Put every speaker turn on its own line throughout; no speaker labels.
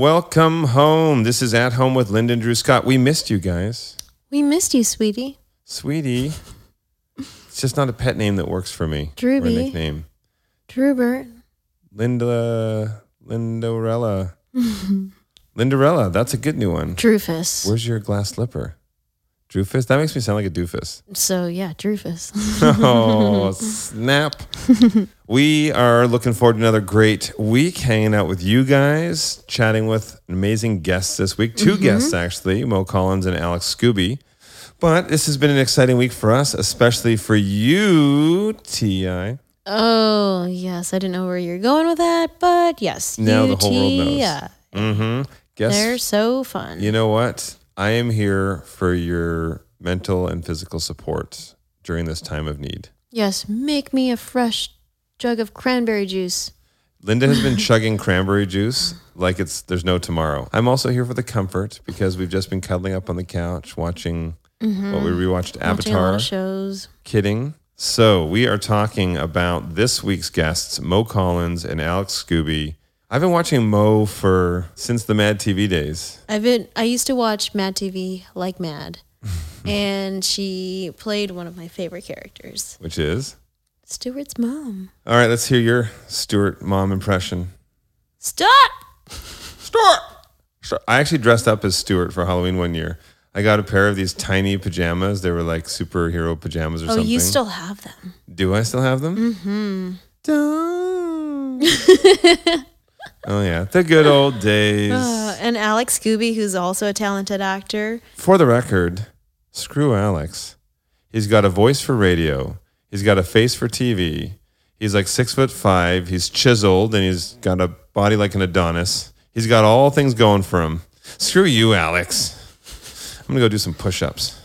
Welcome home. This is At Home with Linda and Drew Scott. We missed you guys.
We missed you, sweetie.
Sweetie. It's just not a pet name that works for me. Or a
Drewby.
nickname.
Drewbert.
Linda Lindorella. Lindorella, that's a good new one.
Drewfus.
Where's your glass slipper? Drewfist? That makes me sound like a doofus.
So yeah, Drewfus.
Oh, snap. We are looking forward to another great week hanging out with you guys, chatting with amazing guests this week. 2 guests, actually, Mo Collins and Alex Scooby. But this has been an exciting week for us, especially for you, T.I.
oh yes, I didn't know where you're going with that, but yes.
Now the whole world knows.
Yeah,
Mm-hmm. Guess
they're so fun.
You know what? I am here for your mental and physical support during this time of need.
Yes, make me a fresh jug of cranberry juice.
Linda has been chugging cranberry juice like it's there's no tomorrow. I'm also here for the comfort because we've just been cuddling up on the couch watching what we rewatched
Mm-hmm. Watching a lot
Avatar.
of shows.
Kidding. So we are talking about this week's guests, Mo Collins and Alex Scooby. I've been watching Mo for since the Mad TV days.
I've been. I used to watch Mad TV like mad, and she played one of my favorite characters,
Which is
Stewart's mom.
all right. Let's hear your Stuart mom impression.
Stop.
Stuart. Stuart. I actually dressed up as Stuart for Halloween one year. I got a pair of these tiny pajamas. They were like superhero pajamas or
Oh,
something.
you still have them.
Do I still have them? Mm-hmm. oh yeah, the good old days.
Uh, and Alex Scooby, who's also a talented actor.
For the record, screw Alex. He's got a voice for radio. He's got a face for TV. He's like six foot five. He's chiseled and he's got a body like an Adonis. He's got all things going for him. Screw you, Alex. I'm gonna go do some push-ups.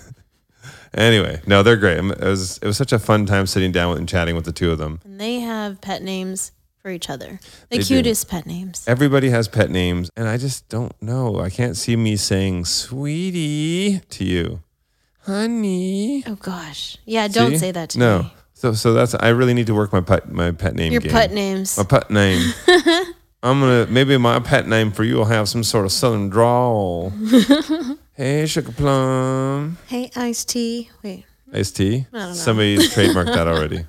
anyway, no, they're great. It was it was such a fun time sitting down with- and chatting with the two of them.
And they have pet names for each other.
They
The
do.
cutest pet names.
Everybody has pet names, and I just don't know. I can't see me saying "sweetie" to you, honey.
Oh gosh. Yeah, don't
See?
say that to
no.
me.
So so that's I really need to work my pet my pet name.
Your
game.
pet names.
My pet name. I'm gonna maybe my pet name for you will have some sort of southern drawl. hey, sugar plum.
Hey, Ice T. Wait.
Ice tea.
don't know.
Somebody's trademarked that already.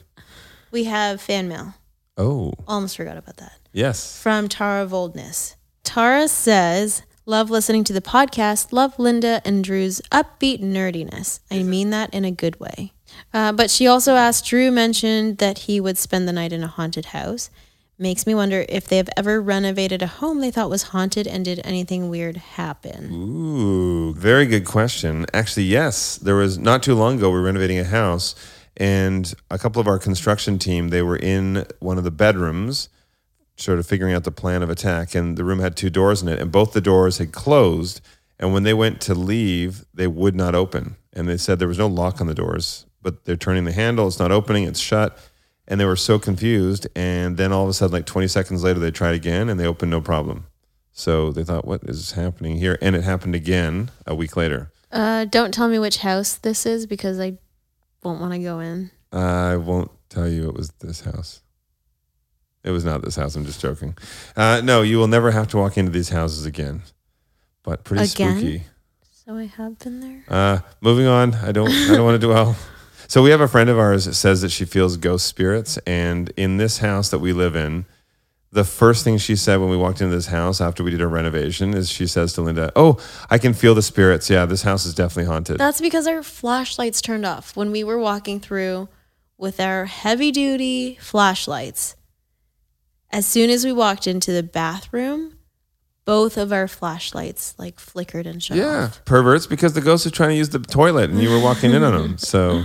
We have fan mail.
Oh
Almost forgot about that.
yes.
From Tara Voldness. Tara says, Love listening to the podcast. Love Linda and Drew's upbeat nerdiness. I mean that in a good way. Uh, but she also asked, Drew mentioned that he would spend the night in a haunted house. Makes me wonder if they have ever renovated a home they thought was haunted and did anything weird happen.
Ooh, very good question. Actually, yes, there was not too long ago we were renovating a house, and a couple of our construction team they were in one of the bedrooms, sort of figuring out the plan of attack, and the room had two doors in it, and both the doors had closed, and when they went to leave, they would not open, and they said there was no lock on the doors, but they're turning the handle, it's not opening, it's shut. And they were so confused. And then all of a sudden, like 20 seconds later, they tried again and they opened no problem. So they thought, what is happening here? And it happened again a week later.
Uh, don't tell me which house this is because I won't want to go in.
I won't tell you it was this house. It was not this house. I'm just joking. Uh, no, you will never have to walk into these houses again. But pretty
Again?
spooky.
So I have been there.
Uh, moving on. I don't. I don't want to dwell. So we have a friend of ours that says that she feels ghost spirits, and in this house that we live in, the first thing she said when we walked into this house after we did a renovation is she says to Linda, "Oh, I can feel the spirits. Yeah, this house is definitely haunted."
That's because our flashlights turned off when we were walking through with our heavy duty flashlights. As soon as we walked into the bathroom, both of our flashlights like flickered and shut
yeah,
off.
perverts because the ghost is trying to use the toilet and you were walking in on them. So,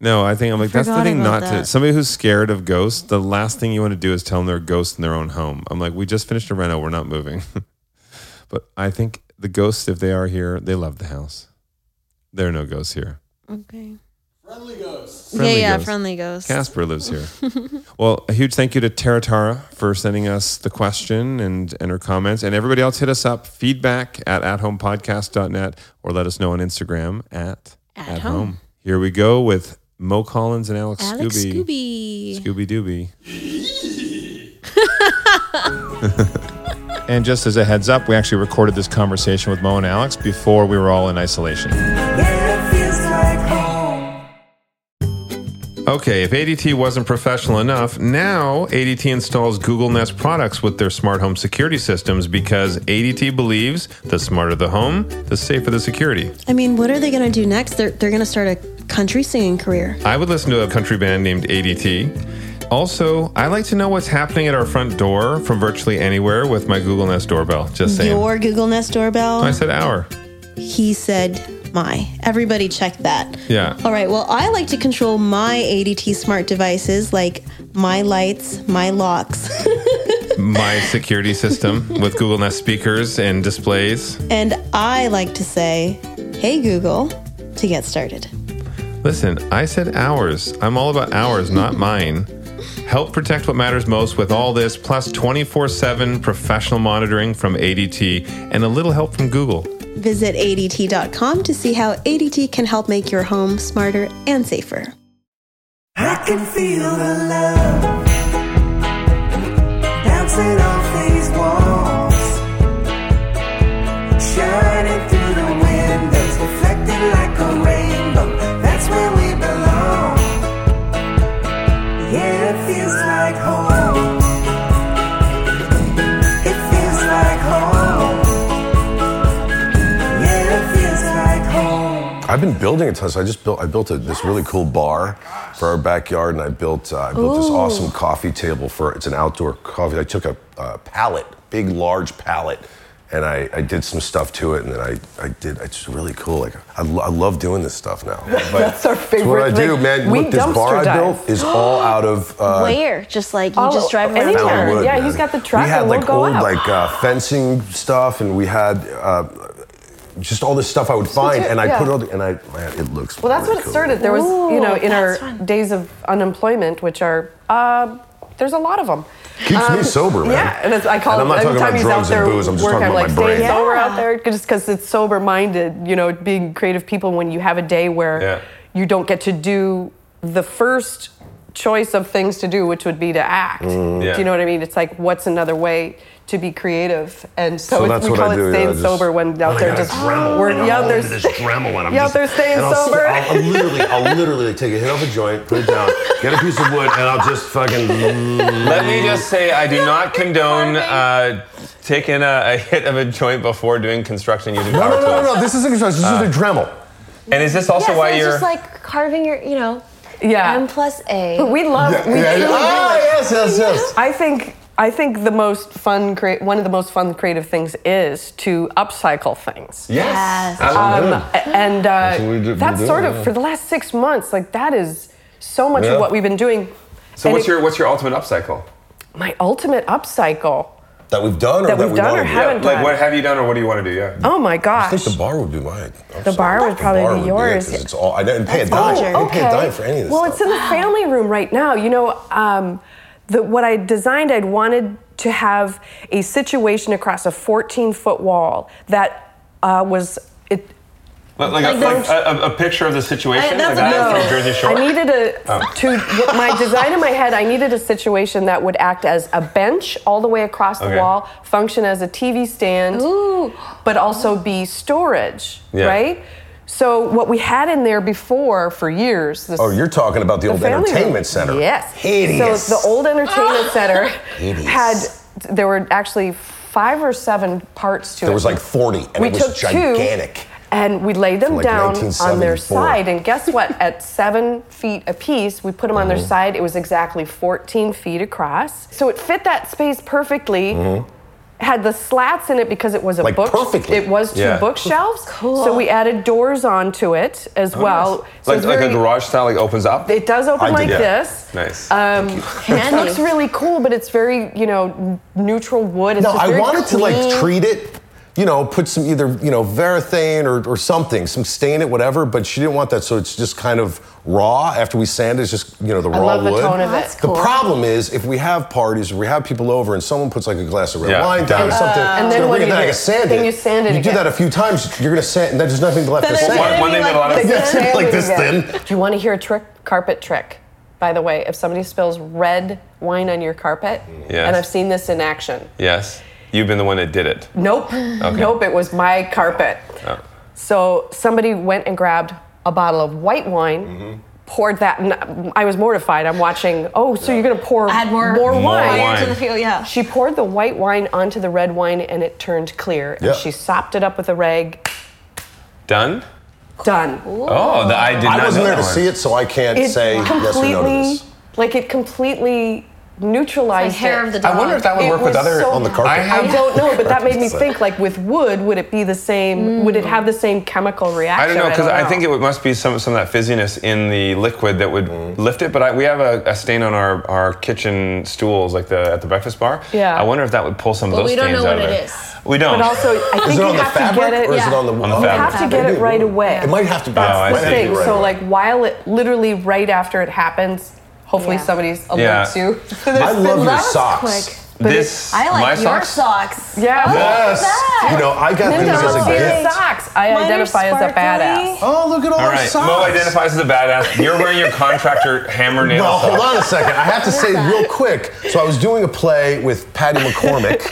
no, I think I'm like that's the
forgot
thing not
about
to
that.
somebody who's scared of ghosts. The last thing you want to do is tell them they're ghosts in their own home. I'm like, we just finished a reno, we're not moving. but I think the ghosts, if they are here, they love the house. There are no ghosts here.
Okay.
Friendly
yeah, yeah,
ghost.
friendly ghost.
Casper lives here. well, a huge thank you to Tara Tara for sending us the question and, and her comments. And everybody else hit us up, feedback at athomepodcast.net or let us know on Instagram at,
At home.
Here we go with Mo Collins and Alex,
Alex
Scooby.
Scooby.
Scooby Dooby. And just as a heads up, we actually recorded this conversation with Mo and Alex before we were all in isolation. Okay, if ADT wasn't professional enough, now ADT installs Google Nest products with their smart home security systems because ADT believes the smarter the home, the safer the security.
I mean, what are they going to do next? They're, they're going to start a country singing career.
I would listen to a country band named ADT. Also, I like to know what's happening at our front door from virtually anywhere with my Google Nest doorbell. Just saying.
Your Google Nest doorbell.
I said our.
He said, my. Everybody check that.
Yeah.
All right. Well, I like to control my ADT smart devices like my lights, my locks,
My security system with Google Nest speakers and displays.
and I like to say, hey, Google, to get started.
Listen, I said ours. I'm all about ours, not mine. Help protect what matters most with all this, plus 24 7 professional monitoring from ADT and a little help from Google.
Visit ADT.com to see how ADT can help make your home smarter and safer.
I can feel the love bouncing off these walls, shining through the windows, reflected like a rainbow. That's where we belong. Yeah, it feels like home. It feels like home. Yeah, it feels like home.
I've been building a ton. So I just built. I built a, this really cool bar for our backyard, and I built. Uh, I built this
Ooh.
awesome coffee table for. It's an outdoor coffee. I took a, uh pallet, big large pallet, and I, I did some stuff to it, and then I, I did. It's really cool. Like I, lo- I love doing this stuff now.
That's our
It's what I
favorite
do,
thing.
man.
We
Look, this bar
dumpster
I
dive.
built is all out of. Uh,
Where? Just like oh, you
All-
just drive around
anytime.
town.
Wood. Yeah,
man.
he's got the truck
We had
and we'll
like
go
old
out.
like uh, fencing stuff, and we had uh, just all this stuff I would find,
too-
and I
yeah.
put it all. And I man, it looks.
Well, that's
really
what it
cool.
started. There was, you know, in our
that's fun.
days of unemployment, which are, uh, there's a lot of them.
Keeps me sober, man.
Um, Yeah, and it's, I call
And
him
I'm not
every
talking
time
about
he's
drugs
out there
and booze. I'm just
work,
talking about
like,
my brain.
Stay
Yeah.
sober out there, just because it's sober-minded. You know, being creative people when you have a day where
Yeah.
you don't get to do the first choice of things to do, which would be to act.
Mm,
Yeah.
Do you know what I mean? It's like, what's another way? To be creative, and so,
So
it's-
that's
we
what
call
I
it
do, yeah,
staying
I just-
sober when
Oh,
out
I
there
got a
just
Dremel,
we're-
and I'm
yeah,
all
they're
into this Dremel, and I'm
yeah,
just-
they're staying
and I'll, sit-
sober.
I'll, I'll literally, I'll literally take a hit off a joint, put it down, get a piece of wood, and I'll just fucking.
Let me just say, I do not condone uh, taking a, a hit of a joint before doing construction using
No,
power
no, no,
tools.
no, no. This isn't construction. This is just a Dremel.
And is this also
Yeah, so
why
it's
you're?
just like carving your, you know,
Yeah.
M plus A.
But we love. we
Yeah, yeah.
truly do
Ah,
like-
yes, yes, yes.
I think I think the most fun, crea- one of the most fun creative things is to upcycle things.
Yes.
Um, a- and uh, that's,
what we do- we do,
sort of
yeah.
for the last six months. Like that is so much
Yeah.
of what we've been doing.
so
And
what's
it-
your what's your ultimate upcycle?
my ultimate upcycle?
That we've done or
That
that,
we've
we
done
wanna
or
do?
haven't
Like
done.
what have you done or what do you want to do? Yeah.
Oh my
I
gosh!
think the bar would be mine.
The bar would probably be yours.
It, 'cause it's all, I didn't pay a dime.
Oh,
I didn't pay a dime for any of this.
Well,
stuff.
it's in the family room right now. You know, um, the, what I designed, I'd wanted to have a situation across a 14 foot wall that uh, was. It,
Like, like, a,
Like
like a, a, a picture of the situation.
I- that's
like
what
that
I-
from Jersey Shore.
I needed a
Oh.
to what my design in my head. I needed a situation that would act as a bench all the way across the
Okay.
wall, function as a TV stand, but also be storage,
Yeah.
right? So what we had in there before for years. This
Oh, you're talking about the, old
family room.
entertainment center.
Yes.
Hideous.
So the old entertainment center
Hideous.
had there were actually five or seven parts to it.
There was like 40, and
we
it was
took
gigantic.
Two, and we laid them
Like
down on their
1974.
side, and guess what? At seven feet apiece, we put them on
Mm-hmm.
their side. It was exactly 14 feet across, so it fit that space perfectly. Had the slats in it because it was a
Mm-hmm. Like
book.
perfectly.
It was two
Yeah.
bookshelves. Cool. So we added doors onto it as well. So
like,
it's
like
very-
a garage style, like opens up.
It does open
I did
like
that.
this.
Nice.
Um, it
Handy.
looks really cool, but it's very, you know, n- neutral wood. It's
No,
just
I
very
wanted to like
clean.
treat it, you know, put some either, you know, varathane or, or something, some stain it, whatever, but she didn't want that, so it's just kind of raw after we sand it, it's just, you know, the
I
raw
love the
wood.
tone of it.
The problem is if we have parties or we have people over and someone puts like a glass of red
Yeah.
wine down or
Uh,
something,
and
it's
then
gonna
what
bring it
do you
back
do?
and sand
Then
it.
you sand it
You do
again.
that a few times, you're gonna sand, and there's nothing left to
Then
sand.
it's
One- one thing that a lot of-
Yeah, it's like this thin.
Do you want to hear a trick? Carpet trick. By the way, if somebody spills red wine on your carpet,
Yes.
and I've seen this in action,
yes.
You've been the one that did it.
Nope. Nope, it was my carpet.
Oh.
So somebody went and grabbed a bottle of white wine. Poured that, and I was mortified. I'm watching. Oh, so you're gonna pour
Add more,
more wine?
wine.
to the field. Oh, Yeah.
She poured the white wine onto the red wine, and it turned clear. And
Yeah.
she sopped it up with a rag.
Done?
Done.
Oh, the, I did not
I wasn't
know
there
that
to
one.
see it, so I can't
It
say yes or
completely,
no to this.
like it completely
The
neutralized
hair
it.
of the dog.
I wonder if that would
It
work with
was
other
so-
On the carpet.
I
I
have.
don't know, but that made me
So-
think. Like with wood, would it be the same? Would
Mm.
it have the same chemical reaction?
I don't know because I, think it would, must be some some of that fizziness in the liquid that would
Mm-hmm.
lift it. But I, we have a, a stain on our, our kitchen stools, like the at the breakfast bar.
Yeah.
I wonder if that would pull some
But
of those
we don't
stains
know
out
what
of
it
it.
is.
We don't.
But also, I think
Is it
you
on the
have to
fabric
get it.
or is it
yeah.
on the?
On the
oh,
You
fabric.
have to get
maybe
it right
will.
away.
It might have to. Be,
I
That's
might
the
see.
have to be
thing.
right
So
away.
like while it literally right after it happens, hopefully
Yeah.
somebody's alert
Yeah.
you.
I love your
That was
socks.
quick.
this
I like
my
your
socks.
socks.
Yeah.
Yes.
You know, I got
Linda,
these as
I'll
a
see your
gift.
socks.
Mine
I
are
identify as a badass.
sparkly.
Oh, look at all,
All
our
right,
socks.
Mo identifies as a badass. You're wearing your contractor hammer nail.
Well, hold
socks.
on a second. I have to say real quick. So I was doing a play with Patty McCormick,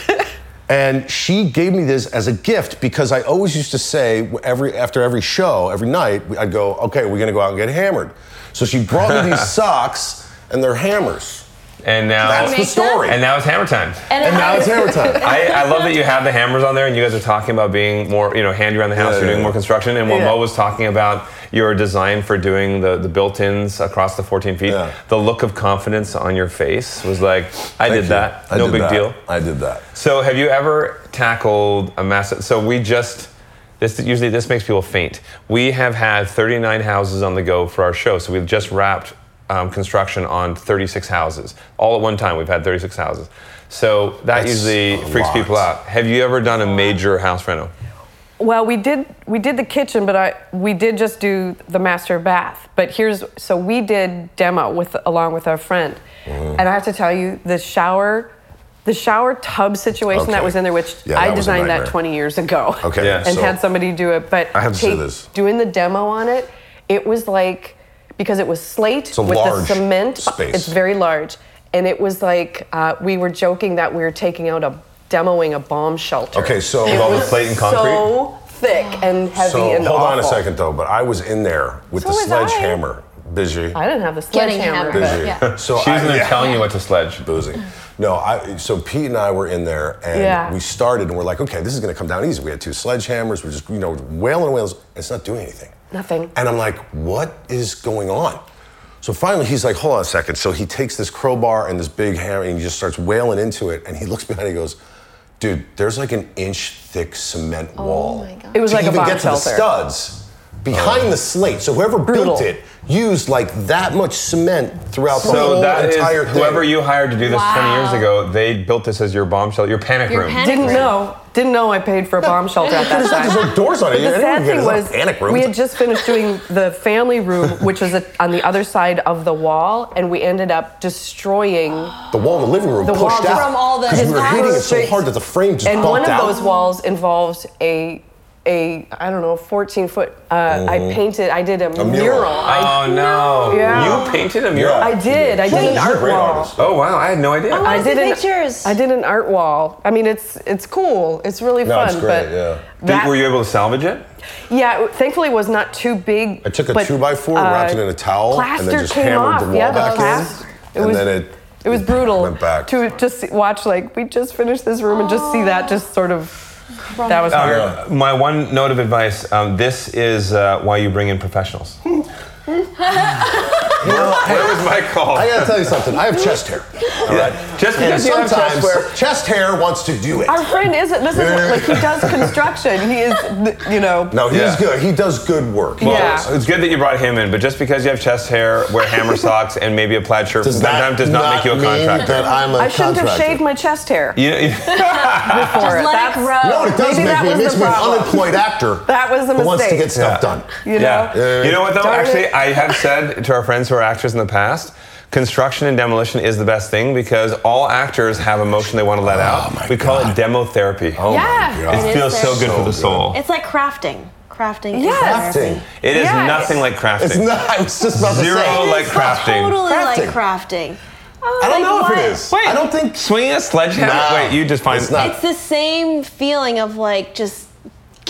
and she gave me this as a gift because I always used to say every after every show, every night, I'd go, "Okay, we're gonna go out and get hammered." So she brought me these socks, and they're hammers.
And now,
That's the story.
and now it's hammer time.
And now it's hammer time.
I, I love that you have the hammers on there, and you guys are talking about being more, you know, handy around the house.
Yeah,
you're
yeah,
doing
yeah.
more construction, and what
Yeah.
Mo was talking about your design for doing the, the built-ins across the 14 feet.
Yeah.
The look of confidence on your face was like, I
Thank
did
you.
that.
I
no
did
big
that.
deal.
I did that.
So, have you ever tackled a massive? So we just this usually this makes people faint. We have had 39 houses on the go for our show, so we've just wrapped um, construction on 36 houses all at one time. We've had 36 houses, so that
That's
usually
a
freaks
lot.
people out. Have you ever done a major house reno?
Well, we did we did the kitchen, but I we did just do the master bath. But here's so we did demo with along with our friend,
Mm-hmm.
and I have to tell you the shower. The shower tub situation that
Okay.
was in there, which
Yeah, that
I
was a
designed that
nightmare.
20 years ago.
Okay,
Yeah.
And
so-
had somebody do it. But
I have to say
take-
this.
doing the demo on it, it was like, because it was slate
a
with the
large
cement,
space.
it's very large. And it was like, uh, we were joking that we were taking out a, demoing a bomb shelter.
Okay, so
It
Of all the
was
slate and concrete?
So thick and heavy
so
and
hold on a
awful.
second though, but I was in there with
So
the
was I.
sledgehammer, busy.
I didn't have a
Getting
sledgehammer.
hammered.
but-
busy.
Yeah.
So
She
I-
was in there
yeah.
telling you what to sledge.
boozing. No, I, so Pete and I were in there and
Yeah.
we started and we're like, okay, this is gonna come down easy. We had two sledgehammers, we're just, you know, wailing and wailing. It's not doing anything.
Nothing.
And I'm like, what is going on? So finally he's like, hold on a second. So he takes this crowbar and this big hammer and he just starts wailing into it and he looks behind and he goes, dude, there's like an inch thick cement
Oh
wall.
my God.
It was
to
like a
even
bomb
get to the
shelter.
studs behind the slate. So whoever
Brutal.
built it used like that much cement throughout the
So
whole
that is
entire thing.
whoever you hired to do this 20 years
Wow.
ago. They built this as your bomb shelter, your panic
Your
room.
panic-
Didn't know. Didn't know I paid for a bomb shelter at that time.
There's no doors on it.
But the sad thing was,
panic room.
we had just finished doing the family room, which was a, on the other side of the wall, and we ended up destroying.
the wall in the living room
The wall
pushed
just-
out
From all the-
'cause
his
we were hitting it so
concrete-
hard that the frame just
and one
bumped
of
out.
those walls involved a a I don't know 14 foot. Uh, I
Oh.
painted. I did a, mural. I,
Oh no!
Yeah.
You painted a mural.
I did. I did
You're
an
a
art
great
wall.
artist.
Oh wow! I had no idea.
I
I
see
did an,
pictures.
I did an art wall. I mean, it's it's cool. It's really
No,
fun.
it's great,
but
yeah.
Did-
that-
were you able to salvage it?
Yeah, it- thankfully it was not too big.
I took a
but,
two by four,
uh,
wrapped it in a towel, and
plaster
then just
came
hammered the
off.
wall
Yeah,
back
plas- It
in. And
was,
then it
it was brutal
went back.
to just see- watch like we just finished this room and just see that just sort of that was
Oh,
hard.
Uh, my one note of advice: um, this is uh, why you bring in professionals. Where was my call?
I gotta tell you something. I have chest hair. All right.
Just
And
because you have chest
sometimes
hair-
chest hair wants to do it.
Our friend isn't. This is what- like he does construction. He is, th- you know.
No, he's
Yeah.
good. He does good work.
Well,
Yeah.
it's- it's good that you brought him in, but just because you have chest hair, wear hammer socks, and maybe a plaid shirt
Does
from time to time
that
does not, make you a
mean
contractor.
That I'm a
I shouldn't have
contractor?
shaved my chest hair
You know, you-
before it.
Let it
That's-
grow.
You know what it does
Maybe
make
that
me? It
was
makes
the
me an
problem.
unemployed actor.
That was the
who wants to
mistake.
get stuff done.
You know.
Yeah. You know what though?
Darn
Actually,
it.
I have said to our friends who are actors in the past, construction and demolition is the best thing because all actors have emotion they want to let out.
Oh my
we call it
God.
demo therapy.
Oh my
Yeah.
God.
It
it
is
feels so
therapy.
good for the soul.
It's like crafting. Crafting. is
Yes.
therapy.
Crafting.
It is
Yeah,
nothing like crafting.
It's not. I was just about to
Zero
say.
like crafting.
Totally
Crafting.
like crafting.
I don't
Like
know if
what?
it is. I don't think.
swinging a sledgehammer.
Nah,
Wait, you just find
it's not.
It's the same feeling of like just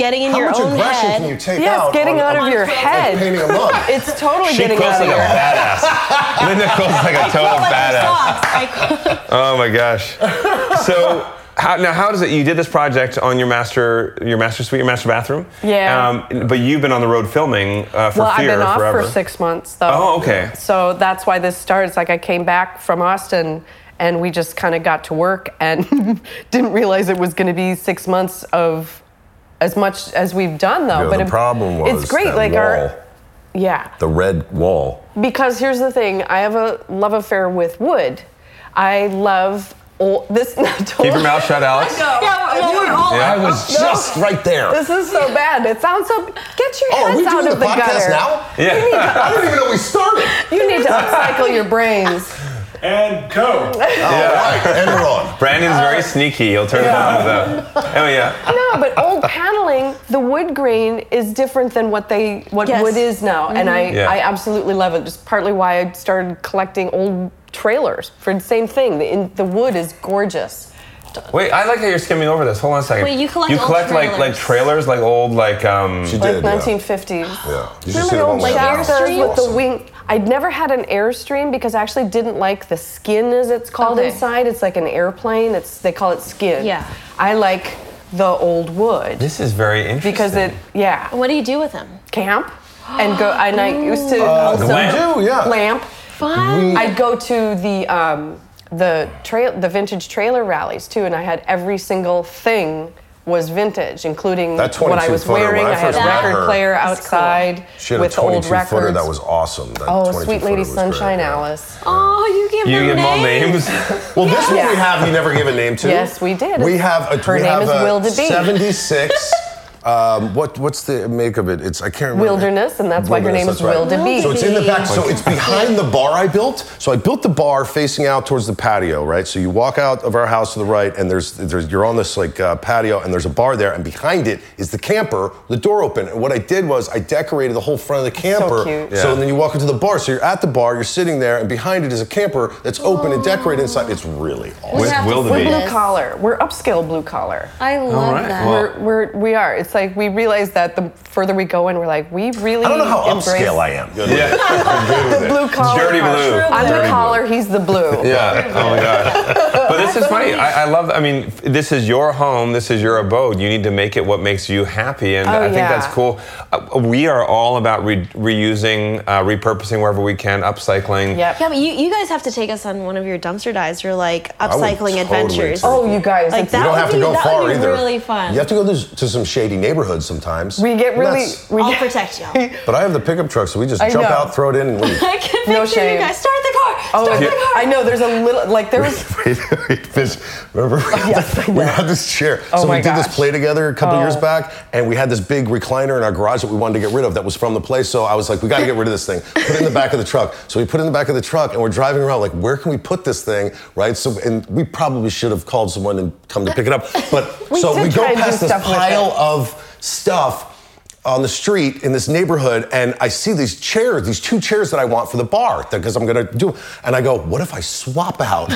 getting in
How
your
much
own
aggression
head.
can you take
Yes,
out?
getting
on-
out of
on
your
like
head.
painting a mug.
It's totally
She
getting
quilts
out of
like
here.
a badass. Linda quilts like a total
Like
badass.
socks. I-
Oh my gosh. So how, now, how does it? You did this project on your master, your master suite, your master bathroom.
Yeah.
Um, but you've been on the road filming uh, for
Well, I've
Fear
been off
forever.
for six months though.
Oh, okay.
So that's why this started. It's like I came back from Austin and we just kind of got to work and didn't realize it was going to be six months of as much as we've done though.
Yeah,
but
the
it-
problem was
it's great.
that
like
wall.
our yeah.
The red wall.
Because here's the thing, I have a love affair with wood. I love old, this.
Keep your mouth shut, Alex.
Yeah, well, we're all- oh,
Yeah.
I was just right there.
This is so bad. It sounds so. Get your
oh, are we doing
hands out
the,
of the
podcast
gutter.
now?
Yeah.
You need to
I didn't even know we started.
You need to upcycle your brains.
And go.
Oh,
All right, and we're on.
Uh,
Brandon's very sneaky. He'll turn it on with the. Oh yeah.
No, but old paneling, the wood grain is different than what they what
Yes.
wood is now, and I
Mm-hmm.
Yeah.
I absolutely love it. Just partly why I started collecting old trailers for the same thing. The, in, the wood is gorgeous.
Wait, I like how you're skimming over this. Hold on a second.
Wait, you collect
you
old
collect like like
trailers.
trailers, like old like um.
She
Like
did. yeah.
1950s.
Yeah. Did you
Remember
see
the
the one
old
with the
showers
house?
with the
Awesome.
wing? I'd never had an airstream because I actually didn't like the skin, as it's called
Okay.
inside. It's like an airplane. It's they call it skin.
Yeah.
I like the old wood
This is very interesting.
because it yeah
What do you do with them?
camp and go and I used to also
We do, yeah.
lamp.
Fun.
I'd go to the um, the trail the vintage trailer rallies too, and I had every single thing was vintage, including
That
what I
22
was
footer,
wearing.
when I
I had a
first met
record
her,
player
That's cool.
outside
She had
with
a
old
22
records.
footer that was awesome. That
oh,
22
sweet
footer
lady
was great,
Sunshine
yeah.
Alice.
Oh, you give
you
them
give them all names.
Well, this one
Yeah.
we have, you never give a name to.
Yes, we did.
We have a.
Her
we
name
have
is
a
Wilda Bee.
76. um, what what's the make of it? It's I can't remember.
Wilderness, and that's why her name
Wilderness,
is
that's
Wilda Bee.
So it's in the back.
Wilda
So it's behind the bar I built. So I built the bar facing out towards the patio, right? So you walk out of our house to the right, and there's there's you're on this like uh, patio, and there's a bar there, and behind it is the camper, the door open. And what I did was I decorated the whole front of the
so
camper.
cute.
So then you walk into the bar. So you're at the bar, you're sitting there, and behind it is a camper that's open and decorated inside. It's really awesome.
With
have to
We're
Yes.
Wildebeest.
blue collar. We're upscale blue collar.
I love
right,
that.
well-
We're, we're, we are. It's like we realize that the further we go in, we're like, we really
I don't know how
embrace
upscale I am.
Yeah.
The blue collar.
Dirty
part.
blue.
I'm
Dirty
the
blue.
collar, he's the blue.
Yeah. Oh my gosh. But this is funny. I, I love. I mean, f- this is your home. This is your abode. You need to make it what makes you happy, and
Oh,
I think
yeah.
that's cool. Uh, we are all about re- reusing, uh, repurposing wherever we can, upcycling.
Yep.
Yeah, but you, you guys have to take us on one of your dumpster dives or like
would
upcycling
totally
adventures.
take
Oh, you guys.
Like
it's-
that
You don't
would
have to
be-
go
that
far
would be
either.
really fun.
You have to go to, to some shady neighborhoods sometimes.
We get
And
really.
that's-
We
I'll
get,
protect you.
But I have the pickup truck, so we just
I
jump
know.
out, throw it in, and leave.
I can
No
picture
shame.
you guys. Start the car.
Oh,
Start
yeah.
the car.
I know. There's a little. Like there was.
wait, wait, Fish, remember we had,
Yes, I
we
know.
had this chair.
Oh
so
my
we did
gosh.
this play together a couple
Oh.
years back, and we had this big recliner in our garage that we wanted to get rid of that was from the place. So I was like, we got to get rid of this thing. Put it in the back of the truck. So we put it in the back of the truck, and we're driving around like, where can we put this thing, right? So and we probably should have called someone and come to pick it up. But
We
so
did
we
try
go
and do
past this
stuff with
pile
it.
of stuff. On the street in this neighborhood, and I see these chairs, these two chairs that I want for the bar, because I'm gonna do. And I go, what if I swap out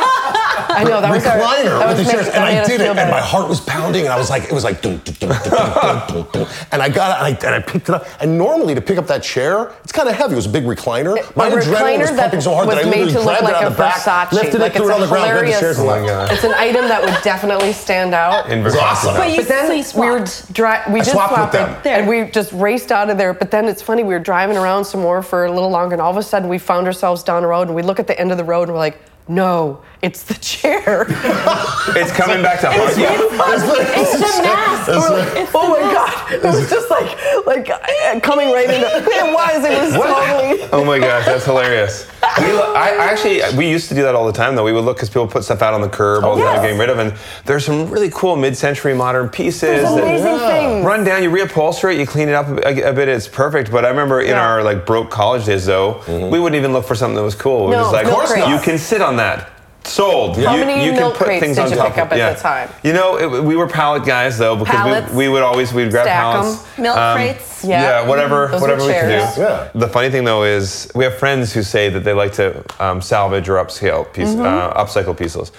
I know. Oh, That was our.
recliner with
that was
these
make-
chairs,
that
and
made
I
us
did
feel
it, and
better.
my heart was pounding, and I was like, it was like, dun, dun, dun, dun, dun, dun, dun, dun. and I got it, and I, and I picked it up. And normally to pick up that chair, it's kind of heavy. It was a big recliner. My
A
adrenaline was
recliner that
pumping so hard that
was
I
made
literally
to look
grabbed
like
it out
a
of the back,
Versace.
lifted
Like,
it, threw
it's
it on
a
the ground, grabbed the
hilarious-
chairs, and
Oh
like, uh,
It's an item that would definitely stand out.
In
it was awesome.
Versailles.
you-
But then
So you
we were
swapped.
dri- we
I
did
swapped with
swap
them.
it, and we just raced out of there. But then it's funny, we were driving around some more for a little longer, and all of a sudden we found ourselves down a road, and we look at the end of the road, and we're like, "No, it's the chair!
It's coming back to haunt you.
It's the mask.
It's
Or
like-
it's
oh
the
my
mask.
god!" It was just like, like uh, coming right into it was. It was totally.
Oh my gosh, that's hilarious. We lo- I, I actually, we used to do that all the time though. We would look because people put stuff out on the curb all the time
yes.
getting rid of, and there's some really cool mid-century modern pieces.
It's
that-
amazing thing.
Run down, you reupholster it, you clean it up a, a bit, it's perfect. But I remember in
Yeah.
our like broke college days though, we wouldn't even look for something that was cool. We were
No,
just like,
no Of course
not.
you can sit on that. Sold.
How many milk crates did you
top
pick up
of-
at the time?
You know, it, we were pallet guys though because
Pallets.
we, we would always we'd grab
Stack 'em.
pallets. Um,
Milk crates?
Yeah,
Yeah.
whatever
Those were
whatever we could
chairs.
do.
Yeah.
The funny thing though is we have friends who say that they like to um, salvage or upscale piece, uh, upcycle pieces,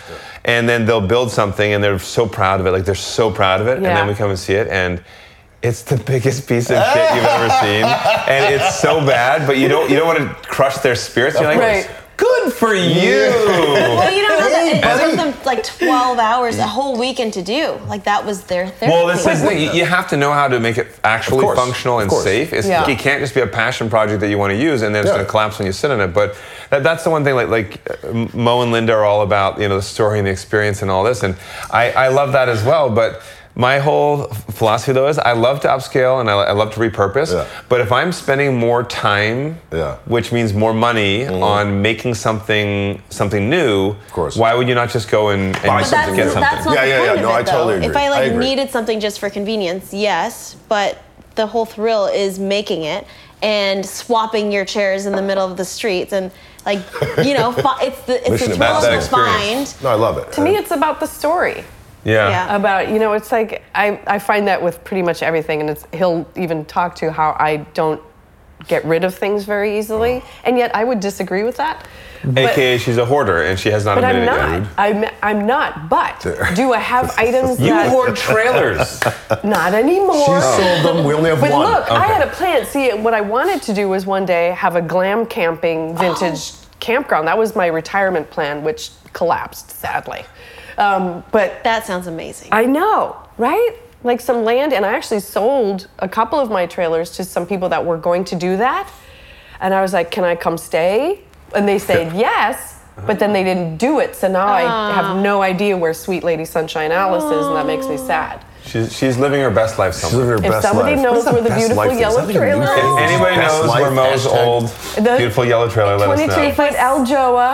and then they'll build something and they're so proud of it. Like they're so proud of it, and
Yeah.
then we come and see it and. It's the biggest piece of shit you've ever seen, and it's so bad. But you don't you don't want to crush their spirits. You're like,
course.
good for you.
Well, you don't know that it
buddy.
took them like 12 hours, a whole weekend to do. Like that was their therapy.
Well, this is the thing. You- You have to know how to make it actually
course,
functional
of
and
course.
safe. It's,
Yeah.
It can't just be a passion project that you want to use and then it's
Yeah.
going to collapse when you sit in it. But that, that's the one thing. Like, like uh, Mo and Linda are all about you know the story and the experience and all this, and I, I love that as well. But my whole philosophy though is I love to upscale and I, I love to repurpose.
Yeah.
But if I'm spending more time,
Yeah. Mm-hmm.
which means more money on making something something new, of
course.
why would you not just go and, and
Buy
But that's,
something,
get
yeah.
something?
that's not
Yeah,
the
yeah, yeah.
point of
No,
it,
I totally
though.
agree.
If I
I
like
agree.
needed something just for convenience, yes, but the whole thrill is making it and swapping your chairs in the middle of the streets and like you know, fi- it's the it's
Listen,
the
that-
thrill
that
to
experience.
find.
No, I love it.
To me, it's about the story.
Yeah.
about you know it's like I, I find that with pretty much everything and it's he'll even talk to how i don't get rid of things very easily
Oh.
and yet i would disagree with that But-
AKA, she's a hoarder and she has not
but i'm
admitted
not
it.
i'm, I'm not but do i have items
You
that
hoard trailers.
not anymore
She sold them. We only have
but
one.
look i
Okay.
had a plan see what i wanted to do was one day have a glam camping vintage campground that was my retirement plan which collapsed sadly um, but
That sounds amazing.
I know, right? Like some land, and I actually sold a couple of my trailers to some people that were going to do that. And I was like, can I come stay? And they said yes, but then they didn't do it. So now I have no idea where Sweet Lady Sunshine Alice is, and that makes me sad.
she's, she's living her best life
She's living
somewhere.
her
If
best
somebody
life.
knows
What is
where the
best
beautiful
life thing? Is
yellow
that even a new
trailer
thing?
is?
If anybody
Best
knows
life
where Mo's
hashtag.
old
The-
beautiful yellow trailer, let us
22
know.
foot El Joa,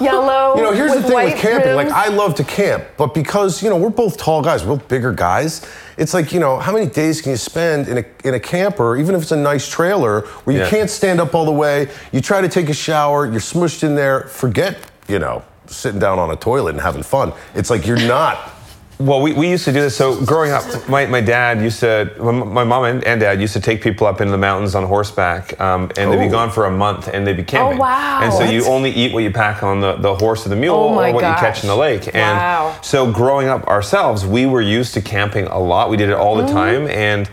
yellow.
You know, here's
Oh, with
the thing
white
with camping. Like,
rims.
I love to camp, but because you know we're both tall guys, we're both bigger guys. It's like you know, how many days can you spend in a in a camper, even if it's a nice trailer, where you
Yeah.
can't stand up all the way? You try to take a shower, you're smushed in there. Forget you know sitting down on a toilet and having fun. It's like you're not.
Well, we, we used to do this. So growing up, my, my dad used to, my- my mom and, and dad used to take people up into the mountains on horseback, um, and they'd
Ooh.
be gone for a month, and they'd be camping.
Oh. wow.
And so you
What?
only eat what you pack on the, the horse or the mule,
Oh
or
my
what you catch
gosh.
in the lake. And
Wow.
so growing up ourselves, we were used to camping a lot. We did it all the
Mm-hmm.
time, and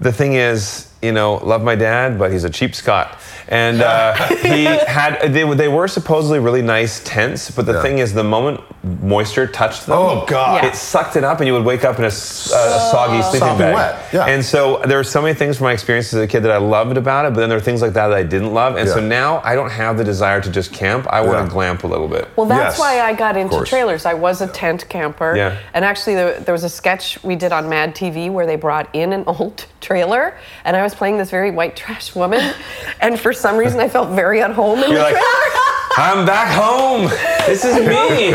the thing is. You know, love my dad, but he's a cheap Scot. And uh, he had, they, were- they were supposedly really nice tents, but the
Yeah.
thing is, the moment moisture touched them,
Oh, God.
it sucked it up, and you would wake up in a, s- a soggy sleeping
Sopping
bag.
wet, yeah.
And so there were so many things from my experience as a kid that I loved about it, but then there were things like that that I didn't love. And so
Yeah.
now I don't have the desire to just camp. I
Yeah.
want to glamp a little bit.
Well, that's
Yes,
why I got
of
into
course.
trailers. I was a tent camper.
Yeah.
And actually, there, there was a sketch we did on Mad TV where they brought in an old trailer, and I was playing this very white trash woman, and for some reason, I felt very at home in
You're
the
like,
trailer.
I'm back home. This is me.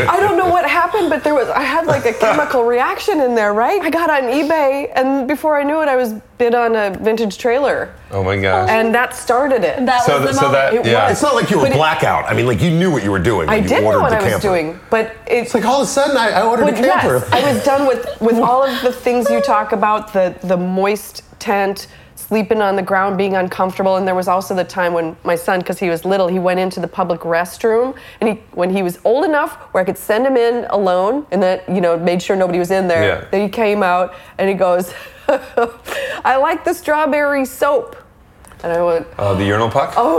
I don't know what happened, but there was I had like a chemical reaction in there, right? I got on eBay, and before I knew it, I was bid on a vintage trailer,
Oh my gosh.
and that started it.
that
so,
was
th-
the
so
moment.
that,
It
yeah.
It's not like you were
But it-
blackout. I mean, like you knew what you were doing.
I
when you
did know
ordered
what
the
I was
camper.
doing, but
It's like all of a sudden I, I ordered
But
a camper.
yes, I was done with with all of the things you talk about the the moist tent, sleeping on the ground, being uncomfortable, and there was also the time when my son, because he was little, he went into the public restroom, and he when he was old enough where I could send him in alone, and that you know made sure nobody was in there.
Yeah.
Then he came out and he goes, "I like the strawberry soap," and I went.
Uh, the urinal puck?
Oh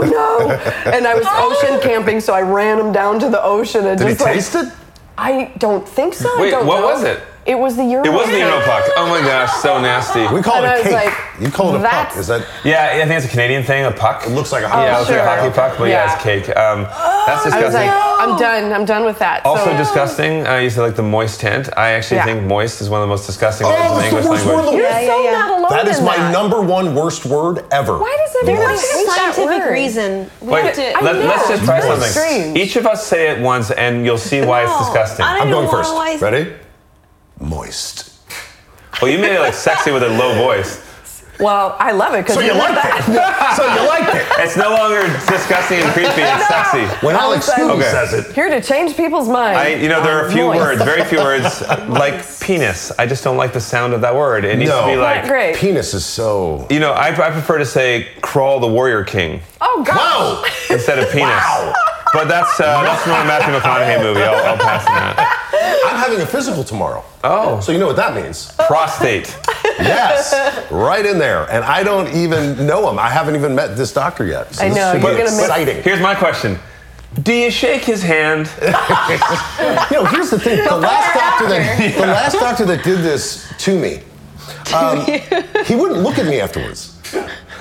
no! And I was ocean camping, so I ran him down to the ocean and
Oh. Did he
just like,
taste it?
I don't think so. I
Wait,
don't
what
know.
was it?
It was the urinal.
It was the urinal puck. Oh my gosh, so nasty.
We call
And I
it a
was
cake.
like,
you call it a puck.
that's-
Is that?
Yeah, I think it's a Canadian thing, a puck. It
looks like a hockey
yeah, it looks like
puck.
a hockey puck, but yeah,
Oh, Yeah.
it's cake. Um, that's
I
disgusting.
was like, I'm done. I'm done with that.
Also
so,
disgusting. Uh, you said like the moist tent. I actually
Yeah.
think moist is one of the most disgusting
Oh,
words in
that's
the
the
English
worst
language.
word in the
You're
Yeah,
so not alone.
That is
in
my
that.
number one worst word ever.
Why does everyone
There's
hate
a
that
scientific
word?
reason. We
Wait,
have to.
I
let,
know,
us just
it's
try
very
something.
strange.
Each of us say it once, and you'll see why
No,
it's disgusting.
I
I'm
don't
going
wanna
first.
always-
Ready? Moist.
Well, you made it like sexy with a low voice.
Well, I love it because
So you liked it. so you liked it.
It's no longer disgusting and creepy. It's sexy.
When Alex
Alex
Stewart
Okay.
says it,
Here to change people's minds.
I, you know, there are a few
Moist.
words, very few words, like penis. I just don't like the sound of that word. It needs
No.
to be
Not
like,
Not great.
penis is so.
you know, I, I prefer to say crawl the warrior king
oh gosh.
Wow.
instead of penis.
Wow.
But that's uh, that's not a Matthew McConaughey movie. I'll, I'll pass on that.
I'm having a physical tomorrow.
Oh.
So you know what that means.
Prostate.
Yes. right in there. And I don't even know him. I haven't even met this doctor yet. So
I
this
know,
should
you're
be
gonna miss-
exciting.
Here's my question. Do you shake his hand?
You know, here's the thing. The last doctor that the last doctor that did this to me, um, he wouldn't look at me afterwards.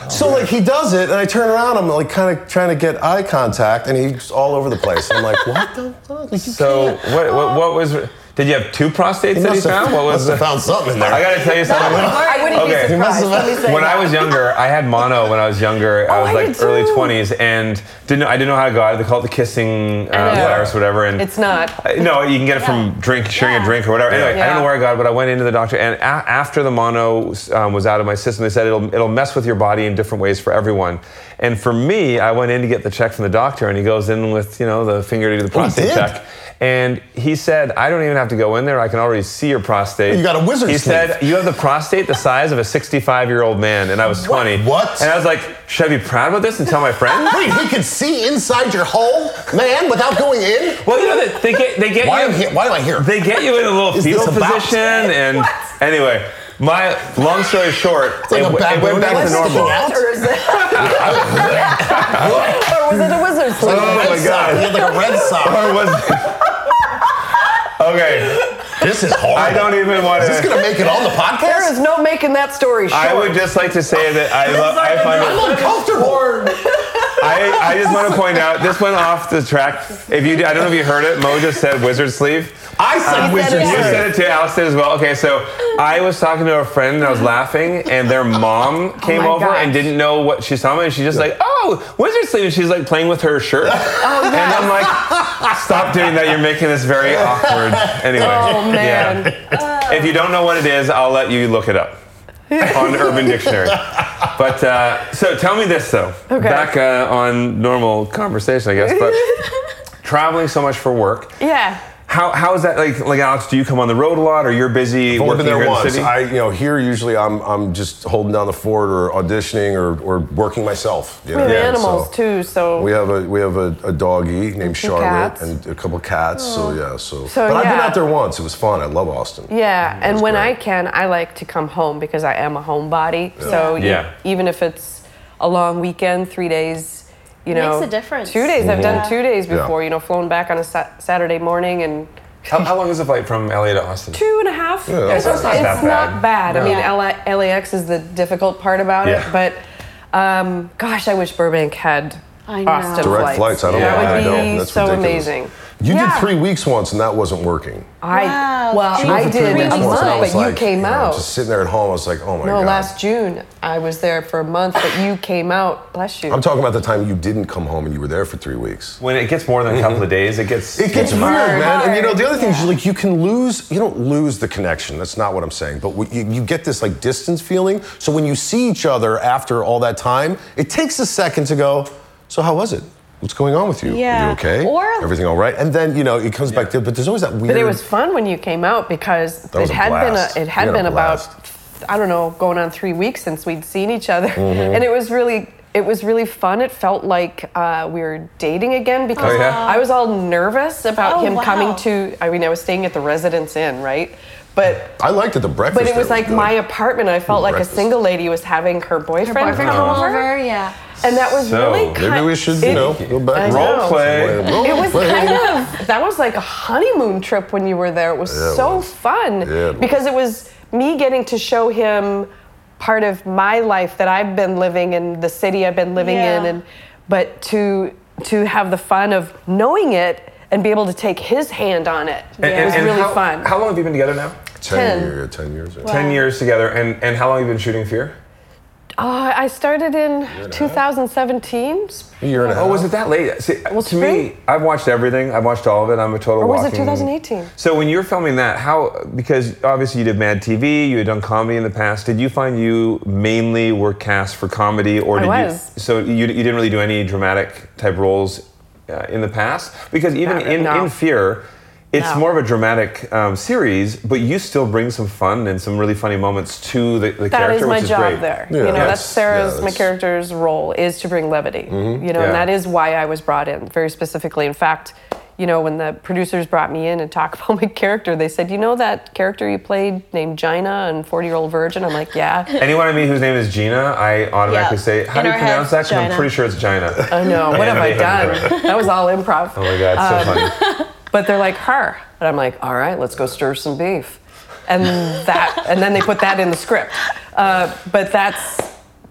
So like he does it, and I turn around. I'm like kind of trying to get eye contact, and he's all over the place. I'm like, what the fuck? Like, you
So
can't-
what, what, what was? Did you have two prostates
he
that he
must have,
found? What was
must have
the?
found something in there.
I gotta tell you something.
I wouldn't
Okay.
be surprised.
You
must have-
Let me say
When I
that.
was younger, I had mono. When I was younger, I
Oh,
was
I
like
did
early
too.
twenties, and didn't know, I didn't know how to go out. They call it the kissing
know.
uh, virus, whatever. And
It's not.
Uh, No, you can get it from drink, sharing a drink or whatever. Anyway, I don't know
Yeah.
where I got it, but I went into the doctor, and a- after the mono um, was out of my system, they said it'll it'll mess with your body in different ways for everyone. And for me, I went in to get the check from the doctor, and he goes in with you know the finger to do the prostate
did?
check, and he said, I don't even have to go in there. I can already see your prostate.
You got a wizard's
He said,
sleeve.
you have the prostate the size of a 65 year old man, and I was 20.
What?
And I was like, should I be proud about this and tell my friends?
Wait, he could see inside your hole, man, without going in.
Well, you know, they, they get they get
Why
you.
am I- why am I here?
They get you in a little
Is this
fetal
about-
position, and anyway, my long story short,
like a
it, w- it
baboon
went back
that's
to normal.
sticking out.
Or is it?
Oh
or was it a wizard's sleeve?
Oh
Red
my
sock. He
god!
had like a red sock.
Or was okay?
This is horrible.
I don't even want
Is this
to.
gonna make it on the
There is
podcast?
no making that story short.
I would just like to say that I love. I find it.
I'm uncomfortable.
I, I just want to point out this went off the track. If you, I don't know if you heard it, Mo just said wizard sleeve.
I said wizard
You
sleeve.
said it too. Alice did as well. Okay, so I was talking to a friend and I was laughing, and their
Oh
mom came
my
over and
gosh.
didn't know what she saw me, and she's just like, "Oh, wizard sleeve," and she's like playing with her shirt,
Oh,
and I'm like, "Stop doing that. You're making this very awkward." Anyway,
Oh man.
Yeah. If you don't know what it is, I'll let you look it up on Urban Dictionary. But uh, so tell me this though.
Okay.
Back uh, on normal conversation, I guess. But traveling so much for work,
Yeah.
how how is that like? Like Alex, do you come on the road a lot, or you're busy
I've only been
working
there
here in the
once.
city?
I, you know, here usually I'm I'm just holding down the fort or auditioning or, or working myself. You know?
We have
Yeah,
animals
so-
too, so
We have a we have a, a doggie named
two
Charlotte
cats. Oh.
and a couple cats. So yeah, so,
So,
but I've been
yeah.
out there once. It was fun. I love Austin.
Yeah, and when
great.
I can, I like to come home because I am a homebody. So e-
Yeah.
even if it's a long weekend, three days, you
Makes
know,
a difference.
Two days. I've done two days
Yeah.
before. You know, flown back on a sa- Saturday morning and
how, how long is the flight from LA to Austin?
two and a half.
Yeah, that's
it's
not
it's
that
not
bad.
bad. I mean,
No.
LA, LAX is the difficult part about
Yeah.
it, but um, gosh, I wish Burbank had.
I know.
Austin
Direct flights, I don't
that
know why
would
I
be
don't. That's
so
ridiculous.
amazing.
You
Yeah.
did three weeks once and that wasn't working.
I
Wow,
well,
three-
I
went for three
did a
weeks
month,
once and I was
but you
like,
came
know,
out.
Just sitting there at home, I was like, oh my
No,
god.
last June I was there for a month, but you came out. Bless you.
I'm talking about the time you didn't come home and you were there for three weeks.
When it gets more than a couple of days, it gets
Mm-hmm. It gets weird,
hard.
man. And you know, the other thing is
Yeah.
like you can lose. You don't lose the connection. That's not what I'm saying. But what you, you get this like distance feeling. So when you see each other after all that time, it takes a second to go. So how was it? What's going on with you? Are
Yeah.
you okay?
Or-
everything all right? And then you know it comes back to. But there's always that weird.
but it was fun when you came out because
was
it
a
had
blast.
been a, it
You had
had
a
been
blast. Mm-hmm.
about I don't know going on three weeks since we'd seen each other, and it was really it was really fun. It felt like uh, we were dating again because
Oh, yeah?
I was all nervous about
Oh,
him coming
wow.
to. I mean, I was staying at the Residence Inn, right? But
I liked it. The breakfast.
but it
there
was like
good.
my apartment. I felt like
Breakfast.
a single lady was having her boyfriend,
boyfriend
come
come
over,
over, yeah.
and that was
So,
really
maybe
kind-
Maybe we should, you
it-
know, go
I
back.
Role know.
play.
Role
It was
play.
kind of that was like a honeymoon trip when you were there. It was
Yeah, it
so
was.
fun
Yeah, it
because it was me getting to show him part of my life that I've been living in the city I've been living in
Yeah.
and but to to have the fun of knowing it and be able to take his hand on it.
And-
It
and-
was
and
really
how,
fun.
How long have you been together now?
Ten
Ten.
years. Ten years.
Ten years together, and and how long have you been shooting Fear?
Uh, I started in 2017.
A year and a half.
Oh, was it that late? See, to
spring?
me, I've watched everything. I've watched all of it. I'm a total.
Or was it
walking-
2018?
So when you were filming that, how? Because obviously you did Mad TV, you had done comedy in the past. Did you find you mainly were cast for comedy, or
I
did
was.
you? So you, you didn't really do any dramatic type roles uh, in the past, because even
Not-
in
no.
in Fear. It's
No.
more of a dramatic um, series, but you still bring some fun and some really funny moments to the, the
That
character,
is my
which is
job
great.
there.
Yeah.
You know,
Yes.
that's Sarah's
Yeah,
my
that's-
character's role is to bring levity. You know,
Mm-hmm. Yeah.
and that is why I was brought in very specifically. In fact, you know, when the producers brought me in and talked about my character, they said, "You know that character you played named Gina and Forty Year Old Virgin?" I'm like, "Yeah,
Anyone I meet whose name is Gina, I automatically
Yeah.
say, "How
In
do you
our
pronounce that?"
heads,
Because I'm
Gina.
pretty sure it's Gina.
I know. What have
And
I
they haven't
done?" that was all improv.
Oh my god, it's so funny.
But they're like her, and I'm like, all right, let's go stir some beef, and that, and then they put that in the script. Uh, but that's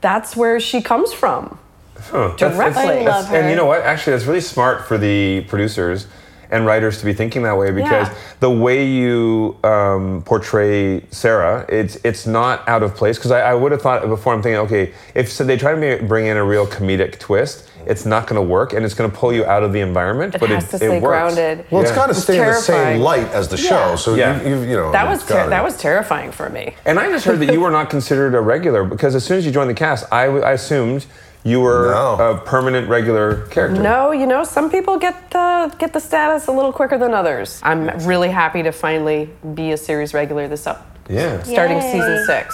that's where she comes from.
Huh. That's- that's-
Directly. I
that's-
love
And
her.
you know what? Actually, that's really smart for the producers and writers to be thinking that way because
Yeah.
the way you um, portray Sarah, it's it's not out of place. Because I, I would have thought before. I'm thinking, okay, if so they try to ma- bring in a real comedic twist, it's not going to work, and it's going to pull you out of the environment.
It
but
has
it,
to
it
stay
works.
grounded.
Well, it's
Yeah.
got to
It's
stay in the same
terrifying.
light as the show. So
Yeah.
you, you, you know
That
it's
was ter-
gotta-
that was terrifying for me.
And I just heard that you were not considered a regular because as soon as you joined the cast, I, w- I assumed you were
No.
a permanent regular character.
No, you know, some people get the get the status a little quicker than others. I'm really happy to finally be a series regular this up,
Yeah.
starting
Yay.
season six.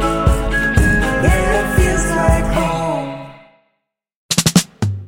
Yeah, it feels like home.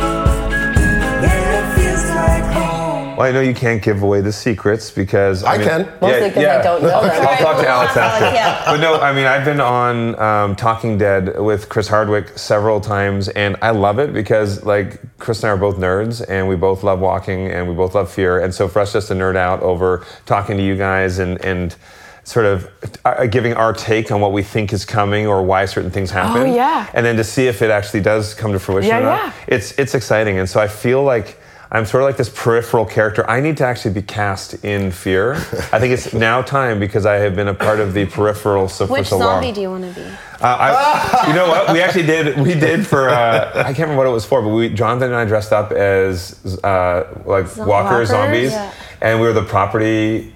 Yeah, it feels like home.
Well, I know you can't give away the secrets because
I can.
Mostly 'cause I don't know them.
I'll talk to
Alex,
Alex after.
yeah.
But no, I mean I've been on um, Talking Dead with Chris Hardwick several times, and I love it because like Chris and I are both nerds, and we both love walking, and we both love fear, and so for us just to nerd out over talking to you guys and and. Sort of uh, giving our take on what we think is coming or why certain things happen.
yeah.
And then to see if it actually does come to fruition
Yeah,
or not
yeah.
it's it's exciting, and so I feel like I'm sort of like this peripheral character. I need to actually be cast in Fear. I think it's now time because I have been a part of the peripheral so
Which
for so long.
zombie do you want to be?
Uh, I, you know what? We actually did. We did for uh, I can't remember what it was for, but we Jonathan and I dressed up as uh, like walker
walkers,
zombies,
yeah.
and we were the property.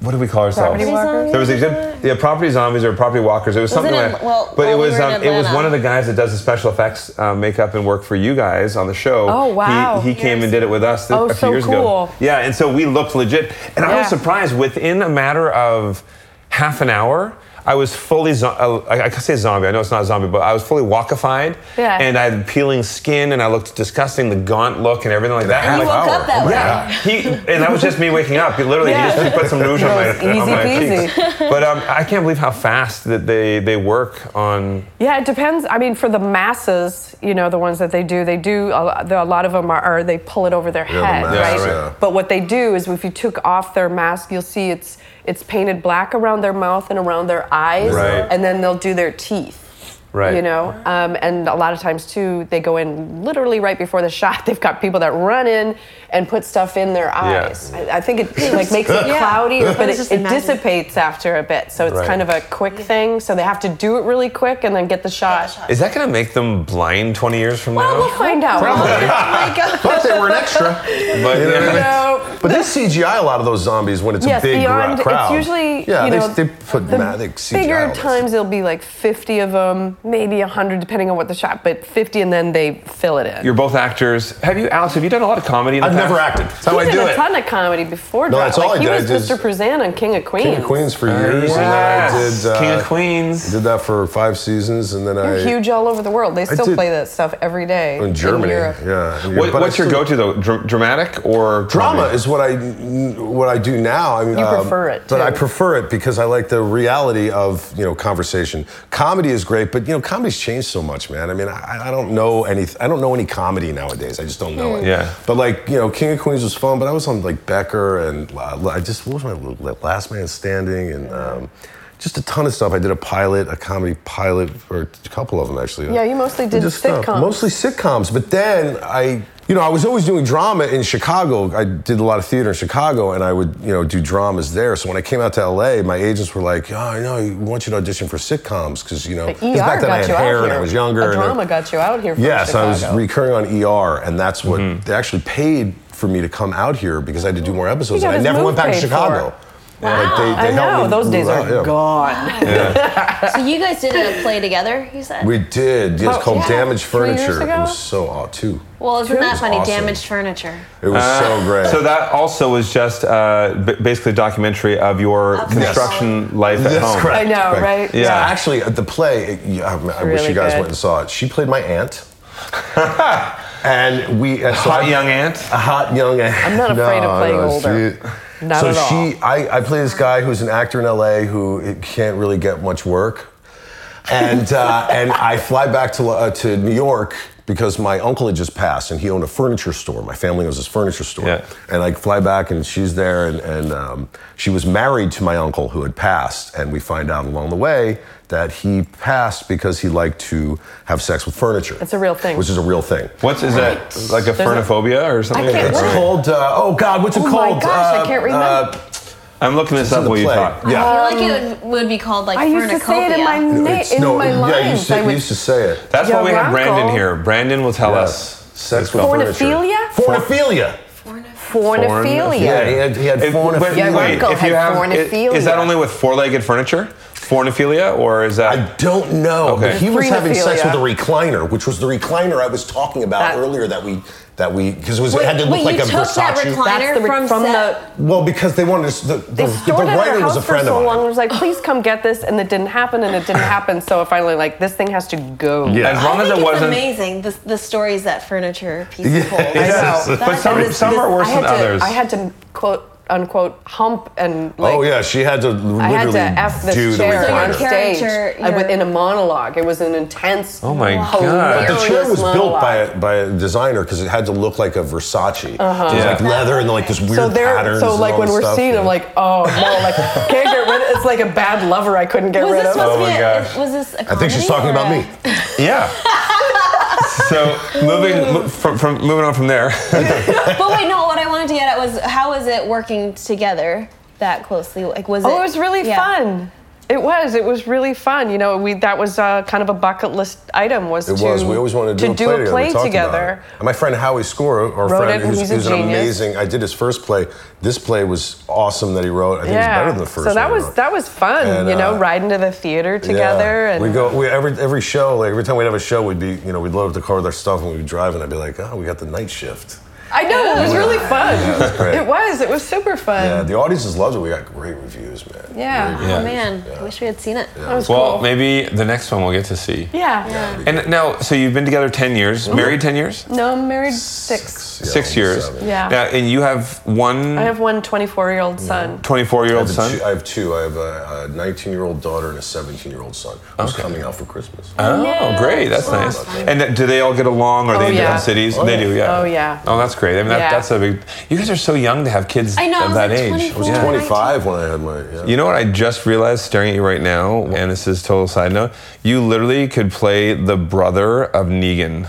What do we call ourselves?
Property walkers?
There was a yeah, property zombies or property walkers. It was
Wasn't
something
it-
like
well,
but it
well, we
was
were in
um, it was
Atlanta.
one of the guys that does the special effects uh, makeup and work for you guys on the show.
Oh, wow.
He, he came and did it with us
Oh,
a few
so
years ago.
cool.
Yeah, and so we looked legit, and I was
Yeah.
surprised within a matter of half an hour. I was fully, zo- uh, I, I could say zombie, I know it's not zombie, but I was fully walkified.
Yeah.
And I had peeling skin and I looked disgusting, the gaunt look and everything like that.
half
You woke up
Oh
that
my
way.
God.
Yeah, he, and that was just me waking up. He literally,
Yeah.
he just put some rouge on my,
That was
on
easy
my
peasy.
cheeks. But um, I can't believe how fast that they, they work on.
Yeah, it depends. I mean, for the masses, you know, the ones that they do, they do. A lot, a lot of them are, are they pull it over their
the
head,
masks,
right?
yeah.
But what they do is, if you took off their mask, you'll see it's it's painted black around their mouth and around their eyes,
Right.
and then they'll do their teeth.
Right.
You know, um, and a lot of times too, they go in literally right before the shot. They've got people that run in and put stuff in their eyes. I, I think it like makes it
Yeah.
cloudy, but it,
just
it
imagining.
dissipates after a bit. So it's
Right.
kind of a quick thing. So they have to do it really quick and then get the shot.
Is that going to make them blind 20 years from
Well, we'll
now?
find out.
Oh But they were an extra.
But,
You know what I mean?
So,
But they CGI a lot of those zombies when it's
yes,
a big
beyond
crowd.
it's usually
yeah,
you
they,
know
they put
the
magic CGI.
bigger
on it.
times there'll be like 50 of them maybe 100, depending on what the shot, but 50, and then they fill it in.
You're both actors. Have you, Alex? Have you done a lot of comedy? In the
I've
past?
never acted. That's how
He's
I do
in a
it.
ton of comedy before.
No,
Dra-
that's
like,
all I
he
did. I
was
just-
Mr. Prezan on King of Queens.
King of Queens for years,
Yes.
and then I did.
King
Uh,
of Queens.
Did that for five seasons, and then
You're
I
huge all over the world. They still
did- Oh,
play that stuff every day
in Germany.
Europe.
yeah.
What,
But I
what's your
still-
go-to though? Dr- dramatic or
Drama
comedy?
is what I what I do now. I mean, um,
You prefer it,
but
too.
I prefer it because I like the reality of you know conversation. Comedy is great, but you know comedy's changed so much, man. I mean, I, I don't know any I don't know any comedy nowadays. I just don't know it.
Yeah.
But like you know, King of Queens was fun, but I was on like Becker and uh, I just what was my little- Last Man Standing and. Um, just a ton of stuff. I did a pilot, a comedy pilot, or a couple of them actually.
Yeah, you mostly did
Just uh, stuff.
sitcoms.
Mostly sitcoms, but then I, you know, I was always doing drama in Chicago. I did a lot of theater in Chicago, and I would, you know, do dramas there. So when I came out to LA, my agents were like, "Oh, I know, we want you to audition for sitcoms because you know,
But
'cause
ER
back then I
got
had
you
hair
out
and
here.
I was younger."
A
and
drama got you out here. From
Yes, I was
Chicago. Mm-hmm.
recurring on ER, and that's what they actually paid for me to come out here because I had to do more episodes.
got
And I
his
never
move
went back to
paid for.
Chicago. Like, they-
I
they helped
know
me
those days
move
are
out, yeah.
gone.
So you guys did a play together, you said?
We did. Yes,
Oh,
called
yeah.
Damaged
Three years
Furniture. It
ago?
was so aw too.
well, isn't that
was
funny?
awesome.
Damaged furniture.
It was so great.
Ah. So that also was just uh, b- basically a documentary of your
Of
construction life at
That's
home.
correct.
I know,
Correct.
right?
Yeah.
Yeah, actually, at the play, it- yeah, I, I wish
really
you guys
good.
went and saw it. She played my aunt, and we uh, so
Hot
I-
young aunt.
a hot young aunt.
I'm not afraid of playing older.
she-
Not
so
at all.
she, I, I play this guy who's an actor in LA who can't really get much work, and uh, and I fly back to uh, to New York because my uncle had just passed and he owned a furniture store. My family owns this furniture store,
Yeah.
and I fly back and she's there and and um, she was married to my uncle who had passed, and we find out along the way that he passed because he liked to have sex with furniture.
It's a real thing.
Which is a real thing.
What's is that like a fernophobia or something?
I can't-
It's
Right.
called. Uh, oh God, what's it
Oh my
called? Uh,
gosh, I can't remember. Uh,
I'm looking this
it's in
up
the
while you
play.
talk.
Yeah.
I feel like it would, would be called like
I used to say it in my
Furnicopeia.
na-
It's-
in
no,
my
yeah, you
lines.
used, to,
I
you
would
used to say it.
That's why we have
Yarako.
Brandon here. Brandon will tell us.
Sex with
Fornophilia?
furniture. Fornophilia.
Fornophilia.
Yeah, he had, he had
If, but
fornophilia.
wait,
Yarako
if
had
you have, i-
fornophilia.
is that only with four-legged furniture, fornophilia, or is that?
I don't know.
Okay.
But he was having sex
Frenophilia.
with a recliner, which was the recliner I was talking about
That-
earlier that we that we because it, was- it had to look
Wait,
like
you
a
took that
Versace.
That's the
recliner
re-
from,
from
set?
the
well, because they wanted to, the, the,
They
the
stored it at our
writer was
house
a
for
friend
so
of
long. I
mine.
was like, please come get this, and it didn't happen, and it didn't happen. So I finally like, this thing has to go.
Yeah.
As long
I
as
think
it
it's
wasn't.
amazing the, the stories that furniture piece holds.
I
Yes,
know.
but some,
This-
some
this-
are worse
I had
than
to-
others.
I had to quote unquote hump and like.
oh yeah, she had to literally
I had to f
do
this
the
chair
your
on
recliner.
stage
character,
I
your-
was in a monologue. It was an intense.
Oh my
hilarious
God. But
The chair was built
monologue.
by a, by a designer because it had to look like a Versace. Uh-huh. It was
Yeah.
like leather and like this weird
So there,
patterns.
so
and
like
all
when
this
we're
stuff,
seeing,
yeah.
I'm like, oh no, like can't get rid. of It's like a bad lover I couldn't get
Was
rid
this
of.
supposed
Oh
to be
my
a,
gosh.
was this a comedy
I think
oh,
she's talking
or
about
a-
me.
Yeah. so moving mo- from, from moving on from there.
But wait, no, what I wanted to get at was how was it working together that closely? Like was it
Oh, it was really
yeah.
fun. It was. It was really fun. You know, we that was uh, kind of a bucket list item was
It
to
was. We always wanted to do, a play together. We talked about
together.
it. And my friend Howie Score, our
Wrote
friend
it,
who's,
he's a
who's an
genius.
amazing. I did his first play. This play was awesome that he wrote. I think it was better than the first.
so that
one he
was
wrote.
that was fun.
And,
you know,
uh,
riding to the theater together
Yeah.
and
we go we, every every show. Like every time we'd have a show, we'd be you know we'd load up the car with our stuff and we'd be driving. I'd be like, oh, we got the night shift.
I know Oh, it was
Yeah.
really fun.
Yeah, it was great.
it was. It was super fun.
Yeah, the audiences loved it. We got great reviews, man.
Yeah.
Oh man, I wish we had seen it.
That was
well,
cool.
maybe the next one we'll get to see.
yeah.
And now, so you've been together 10 years, married 10 years?
No, I'm married six.
yeah,
Six
almost
years.
seven.
Yeah.
Now, and you have one
I have one 24 year old son.
24 year
I
old
have, a
son?
two, I have two. I have a 19 year old daughter and a 17 year old son who's coming out for Christmas.
Oh, great. That's nice. And th- do they all get along? Are they
Oh,
in
yeah.
different cities?
Oh,
they
yeah.
do, yeah.
Oh, yeah.
Oh, that's great. I mean, that,
Yeah.
that's a big. You guys are so young to have kids
I know, I
of
was
that
like
age.
24.
I was
Yeah.
25 when I had my. Yeah.
You know what I just realized staring at you right now, and this is total side note. You literally could play the brother of Negan.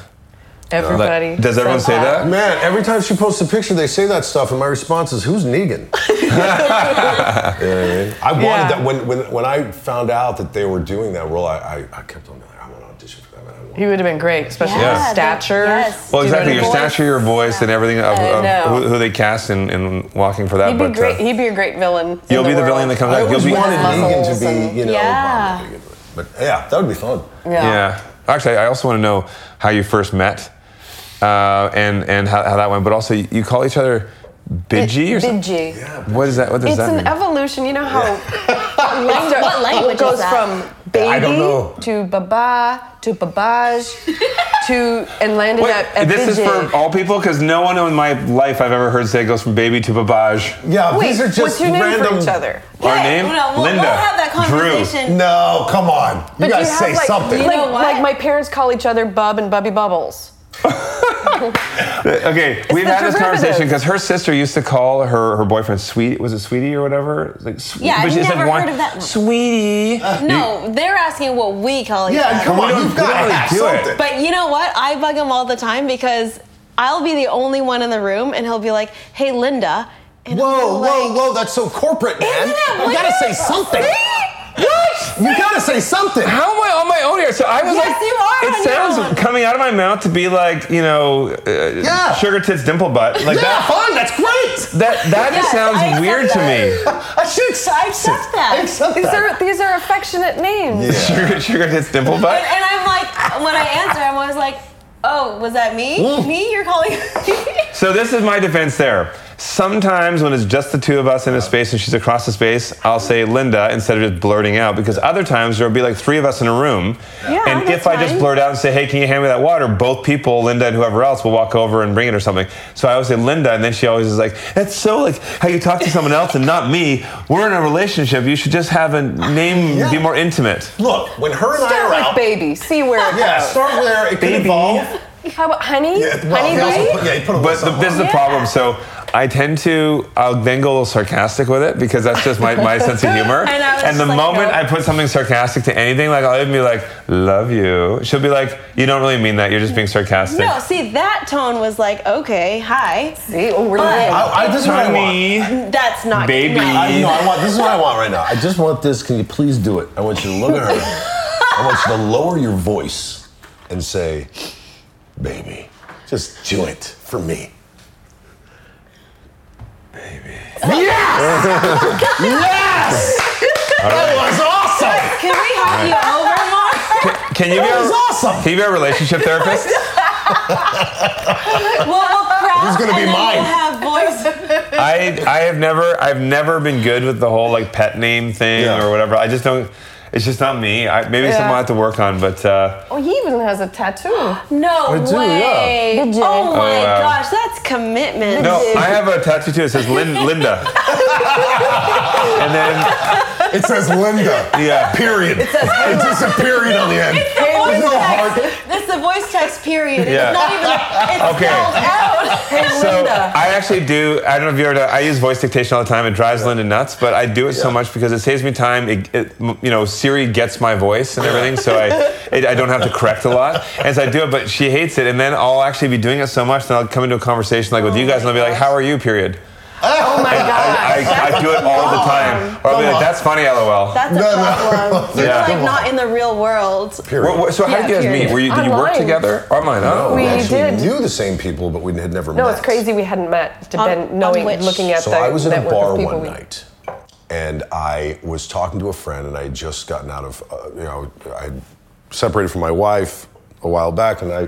Like,
Everybody.
does everyone say that?
Man, every time she posts a picture, they say that stuff, and my response is, "Who's Negan?" You know what I mean? I wanted
Yeah.
that when, when when I found out that they were doing that role. I, I, I kept on, I want to audition for that. Man. I want
He would have been great, especially
Yeah.
his
Yeah,
stature.
yes.
Well,
Do you know
exactly.
what
Your
I mean?
stature, your voice, and everything of,
I
of
know.
who, who they cast in, in walking for that.
He'd be
but, uh,
great. He'd be a great villain. in
you'll be the
world.
villain that comes
I
out. You'll
always
be
wanted
Muscles
Negan to
and-
be, you know,
Yeah.
Obama Negan. But yeah, that would be fun.
Yeah. Actually, I also want to know how you first met, uh, and and how, how that went. But also, you, you call each other Bidgie or something.
Bidgie.
What is that? What does
It's
that
an
mean?
evolution. You know how language,
what language is
goes
that?
from
I don't
baby
know.
to baba to babage to and landed
Wait,
at, at
this is
Bidji.
for all people because no one in my life I've ever heard say goes from baby to babage.
Yeah,
Wait,
these are just
what's your name
random.
for each other?
Our
Hey,
name?
no, no, we'll-
Linda.
We'll have that conversation.
No, come on. You
But
gotta
have,
say
like,
something.
You
Like,
know what?
like my parents call each other Bub and Bubby Bubbles.
Drew. Okay, we've
the
had this
derivative.
conversation because her sister used to call her, her boyfriend sweet. Was it sweetie or whatever? Like, swe-
Yeah,
but
I've
she doesn't
never
want-
heard of that one.
Sweetie.
No, they're asking what we call each
yeah,
other.
come
We
on.
don't-
You've
we don't
got to
really
have
do it.
something.
But you know what? I bug him all the time because I'll be the only one in the room, and he'll be like, "Hey, Linda." And
Whoa,
I'm
whoa,
like,
whoa, that's so corporate, man.
Isn't it
you gotta say something.
What?
You gotta say something.
How am I on my own here? So I was
Yes,
like,
you are
it
on your
sounds
own.
coming out of my mouth to be like, you know, uh,
Yeah.
sugar tits, dimple butt. Like
yeah,
that.
fun, that's great.
That that
Yes,
just sounds
I accept
weird to me.
I should accept,
I accept
it.
that.
I accept
These
that.
are these are affectionate names.
Sugar, sugar tits, dimple butt.
And, and I'm like, when I answer, I'm always like, "Oh, was that me?
Mm.
Me? You're calling?"
So this is my defense there. Sometimes when it's just the two of us in a space and she's across the space, I'll say Linda instead of just blurting out because other times there'll be like three of us in a room.
Yeah,
and if
that's
I just
fine.
blurt out and say, hey, can you hand me that water? Both people, Linda and whoever else, will walk over and bring it or something. So I always say Linda, and then she always is like, that's so like how you talk to someone else and not me. We're in a relationship. You should just have a name
Yeah.
be more intimate.
Look, when her and I
Start
are
with
out,
baby. See where it
yeah,
goes.
start there. It can
Baby.
evolve.
How about honey?
Yeah, well,
honey,
he also
honey?
put, yeah, he put a little
But the,
something
this is
on
the
it.
problem. So I tend to, I'll then go a little sarcastic with it because that's just my, my sense of humor.
And I was
the
just like,
moment
no.
I put something sarcastic to anything, like I'll even be like, love you. She'll be like, you don't really mean that. You're just being sarcastic.
no, see, that tone was like, "Okay, hi."
See, oh, we're
But-
lit.
I, I, this is what I want.
Honey.
That's not
Baby.
No.
I, no, I want. This is what I want right now. I just want this. Can you please do it? I want you to look at her. I want you to lower your voice and say, "Baby, just do it for me." Baby. Yes! yes! That was awesome.
Can we have you over, Mark?
Can you be
That was
a,
awesome.
can you be a relationship therapist?
well, we'll crowd.
This is gonna be
and then
mine.
We'll have voice.
I I have never I've never been good with the whole like pet name thing
Yeah.
or whatever. I just don't. It's just not me. I, maybe
Yeah.
someone I have to work on, but. Uh,
Oh, he even has a tattoo.
No
do,
way.
yeah. Did you?
Oh my
Oh, wow.
gosh, that's commitment.
No, I have a tattoo too. It says Lin- Linda. and then,
It says Linda.
Yeah.
Period. It says it's just a period on the end. There's no heart.
That's the voice text period.
Yeah.
It's not even. It's
Okay.
spelled out.
so I actually do. I don't know if you ever. done- I use voice dictation all the time. It drives Linda nuts, but I do it so much because it saves me time. It, it- m- you know, Siri gets my voice and everything, so I, it, I don't have to correct a lot. And so I do it, but she hates it. And then I'll actually be doing it so much, then I'll come into a conversation like with you guys, and I'll be like, "How are you?" Period.
Oh my
I,
god.
I, I do it all the time. Or I'll be like, "That's funny, lol."
That's a
No, no.
problem. You're
Yeah.
like not in the real world.
What- what- so how
Yeah,
did you guys
period.
meet? Were you, did you work
Online.
together? Online, oh. huh?
We
actually
did.
knew the same people, but we had never met.
No, it's crazy we hadn't met. To
On-
been
on
knowing,
which-
looking at
So
the
I was in a
network of
bar
people
one
we-
night, and I was talking to a friend, and I had just gotten out of, uh, you know, I separated from my wife a while back, and I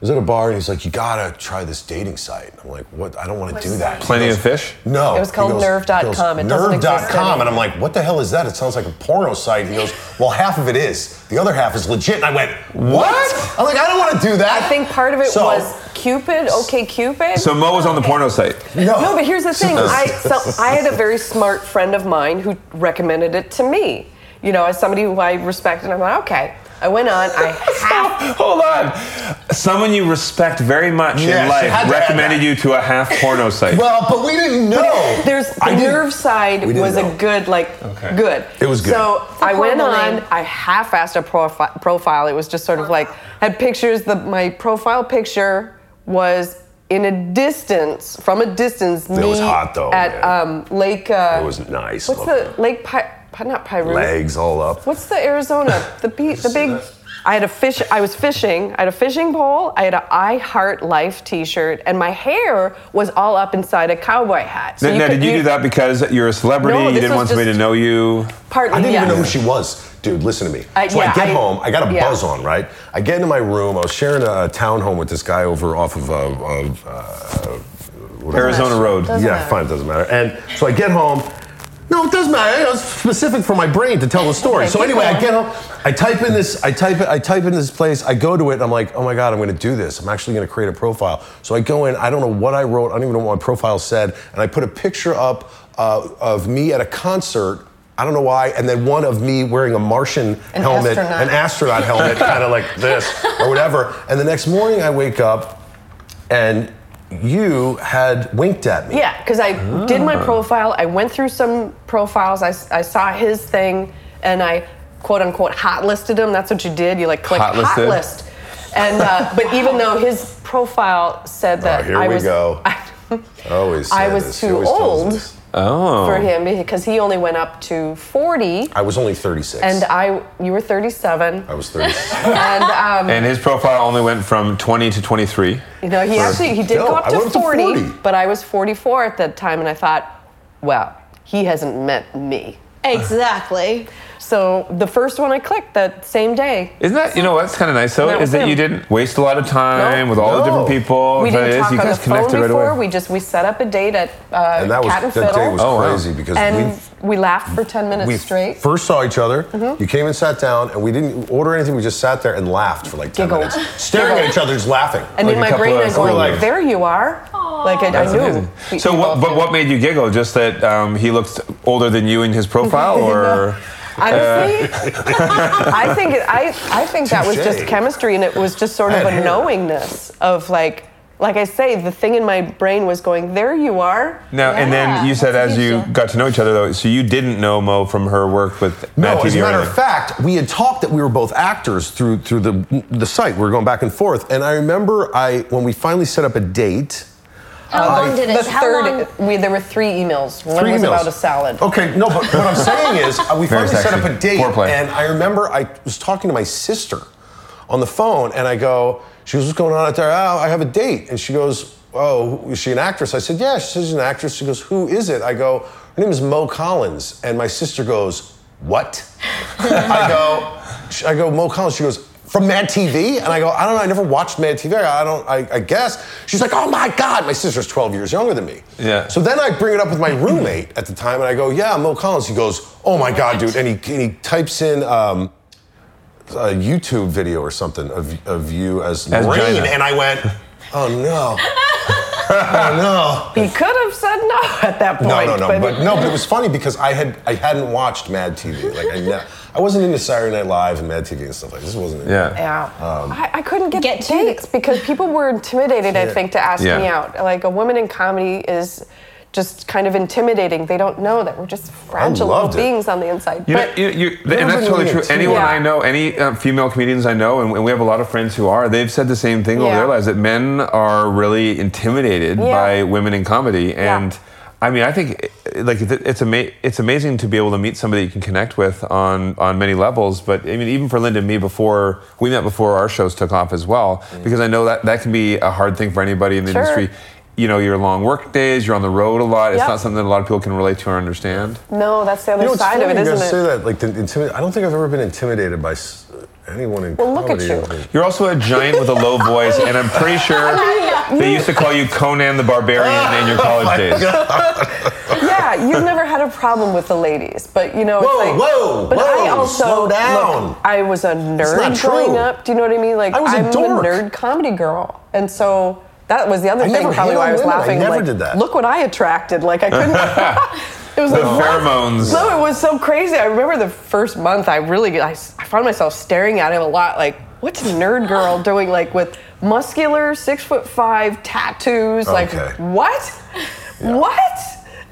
was at a bar, and he's like, "You gotta try this dating site." I'm like, "What? I don't want to do that." He
Plenty
goes,
of fish.
No.
It was
He
called
goes-
nerve.com.
he goes,
It doesn't exist
Nerve.com,
anymore.
and I'm like, "What the hell is that? It sounds like a porno site." He goes, "Well, half of it is. The other half is legit." And I went, "What?" I'm like, "I don't want to do that."
I think part of it
So-
was Cupid, OK Cupid.
So Mo was on the porno site.
No.
No, but here's the thing. I so I had a very smart friend of mine who recommended it to me. You know, as somebody who I respect, and I'm like, okay. I went on. I half.
Hold on. Someone you respect very much
Yeah,
in
she had
life
to have
recommended
that.
you to a half porno site.
Well, but we didn't know.
There's the
I didn't-
nerve side
We didn't
was
know.
a good like
Okay.
good.
It was good.
So
a
I went
horrible
on.
name.
I half-assed a profi- profile. It was just sort of like had pictures. The my profile picture was in a distance from a distance.
It was hot, though,
At
man.
um, Lake. Uh,
It was nice
What's
looking.
the Lake? Pi- Pi- not Piru.
legs all up.
What's the Arizona? The be- the big I had a fish. I was fishing. I had a fishing pole. I had an I Heart Life T-shirt, and my hair was all up inside a cowboy hat. So
Now, now,
could-
did you do that because you're a celebrity?
No,
you
this
didn't
was
want somebody to
just-
know you?
Partly,
I didn't
yeah.
even know who she was. Dude, listen to me.
Uh,
so I
yeah,
get
I-
home, I got a
yeah.
buzz on, right? I get into my room, I was sharing a, a townhome with this guy over off of, uh, of uh, whatever.
Arizona Road.
yeah, fine, it doesn't matter. And so I get home. No, it doesn't matter. It was specific for my brain to tell the story.
Okay,
so
keep
anyway, I
going.
get home. I type in this. I type it. I type in this place. I go to it. And I'm like, oh my god, I'm going to do this. I'm actually going to create a profile. So I go in. I don't know what I wrote. I don't even know what my profile said. And I put a picture up uh, of me at a concert. I don't know why. And then one of me wearing a Martian
An
helmet,
astronaut.
an astronaut helmet, kind of like this or whatever. And the next morning, I wake up, and you had winked at me.
Yeah, because I did
Ah.
my profile. I went through some profiles. I, s- I saw his thing, and I quote unquote hot listed him. That's what you did. You like click hot,
Hot-listed?
list. And uh, but even though his profile said that
Oh, here
I
we
was,
go. I always.
I
say
was
this.
too
He always tells
old.
us.
Oh.
for him because he only went up to 40
I was only 36.
and I you were 37
I was 36.
and um,
And his profile only went from 20 to 23.
you know he actually he did
No,
go up
I
to,
went up to
40,
40.
but I was 44 at that time and I thought well he hasn't met me
Exactly.
so the first one I clicked that same day
Isn't that, you know what's kind of nice though,
That
is
was
that
him.
you didn't waste a lot of time
No.
with all the different
No.
people.
we
Is that
didn't
it?
talk
you
on
guys
the phone
connected right
before
away.
we just we set up a date at uh,
and that was
Cat and
that
Fiddle
day was
Oh, wow.
crazy because
and we laughed for 10
we
minutes
we
straight Mm-hmm.
first saw each other. You came and sat down, and we didn't order anything. We just sat there and laughed for like 10
Giggled.
minutes, staring at each other, just laughing.
and
like
in
a
my
couple
brain
of
I'm going
soldiers.
there you are like I, I
That's
knew
amazing.
We-
So,
we
what,
both
but
knew.
what made you giggle? Just that um, he looked older than you in his profile,
No.
or
Uh,
Honestly, I think it, I I think that was just
Touche.
chemistry, and it was just sort of
Bad
a
hair.
knowingness of like, like I say, the thing in my brain was going, "There you are."
no? and then you
Yeah,
said
that's
as
a
you
huge deal.
got to know each other, though, so you didn't know Mo from her work with
No,
Matt
as a
TV or
matter of
anything.
fact, we had talked that we were both actors through through the the site. We were going back and forth, and I remember I when we finally set up a date.
How long did
The
it? How long?
third, we, there were three emails. One
Three
was
emails.
about a salad.
Okay, no, but what I'm saying is uh, we
Very
finally set up
sexy.
a date,
Foreplay.
and I remember I was talking to my sister on the phone, and I go, she goes, "What's going on out there?" Oh, I have a date, and she goes, "Oh, who- is she an actress?" I said, "Yeah, she says she's an actress." She goes, "Who is it?" I go, "Her name is Mo Collins," and my sister goes, "What?" I go, sh- I go, Mo Collins. She goes. From Mad TV? And I go, I don't know, I never watched Mad TV. I don't, I, I guess. She's like, oh my God, my sister's 12 years younger than me.
Yeah.
So then I bring it up with my roommate at the time, and I go, "Yeah, Mo Collins." He goes, "Oh my god, dude!" And he, and he types in um, a YouTube video or something of, of you as,
As
Lorraine,
Gina.
and I went, "Oh no, oh
He could have said no at that
no,
point.
no, no, no." But
it-
no, but it was funny because I had I hadn't watched Mad TV. Like I, ne- I wasn't into Saturday Night Live and Mad TV and stuff like this. Wasn't it?
Yeah.
Yeah.
Um,
I, I couldn't get,
Get to the-
dates because people were intimidated, I
Yeah.
think, to ask
Yeah.
me out. Like a woman in comedy is just kind of intimidating. They don't know that we're just fragile little
loved it.
beings on the inside.
You know,
but
you, you, th-
There
and
was
that's
a
totally
need
true.
to-
Anyone
Yeah.
I know, any uh, female comedians I know, and, and we have a lot of friends who are, they've said the same thing over
Yeah.
their lives that men are really intimidated
Yeah.
by women in comedy.
Yeah.
And I mean, I think eh, like it- it's ama- it's amazing to be able to meet somebody you can connect with on on many levels. But I mean, even for Linda and me, before we met, before our shows took off as well, because I know that that can be a hard thing for anybody in the
Mm. Sure.
industry. You know, your long work days, you're on the road a lot. It's
Yep.
not something that a lot of people can relate to or understand.
no, that's the
You
other
know, it's
side
funny
of it,
you guys
isn't
say
it?
that. Like the intimi- I don't think I've ever been intimidated by s- anyone in
Well, look at
comedy.
you.
You're also a giant with a low voice, and I'm pretty sure they used to call you Conan the Barbarian in
Oh
your college days.
yeah, you've never had a problem with the ladies, but you know,
Whoa,
it's like,
whoa,
but I
whoa,
also
slow
look,
down.
I was a
not
nerd
true.
growing up. Do you know what I mean? Like
I was a
am
dork.
nerd comedy girl, and so. That was the other
I
thing,
never
probably
hit on
why I was
women. I
laughing.
never
like,
did that.
Look what I attracted. Like I couldn't. it was
The
like, what?
pheromones.
No, Oh, it was so crazy. I remember the first month. I really, I, s- I found myself staring at him a lot. Like, what's nerd girl doing? Like with muscular, six foot five tattoos.
Okay.
Like what? What?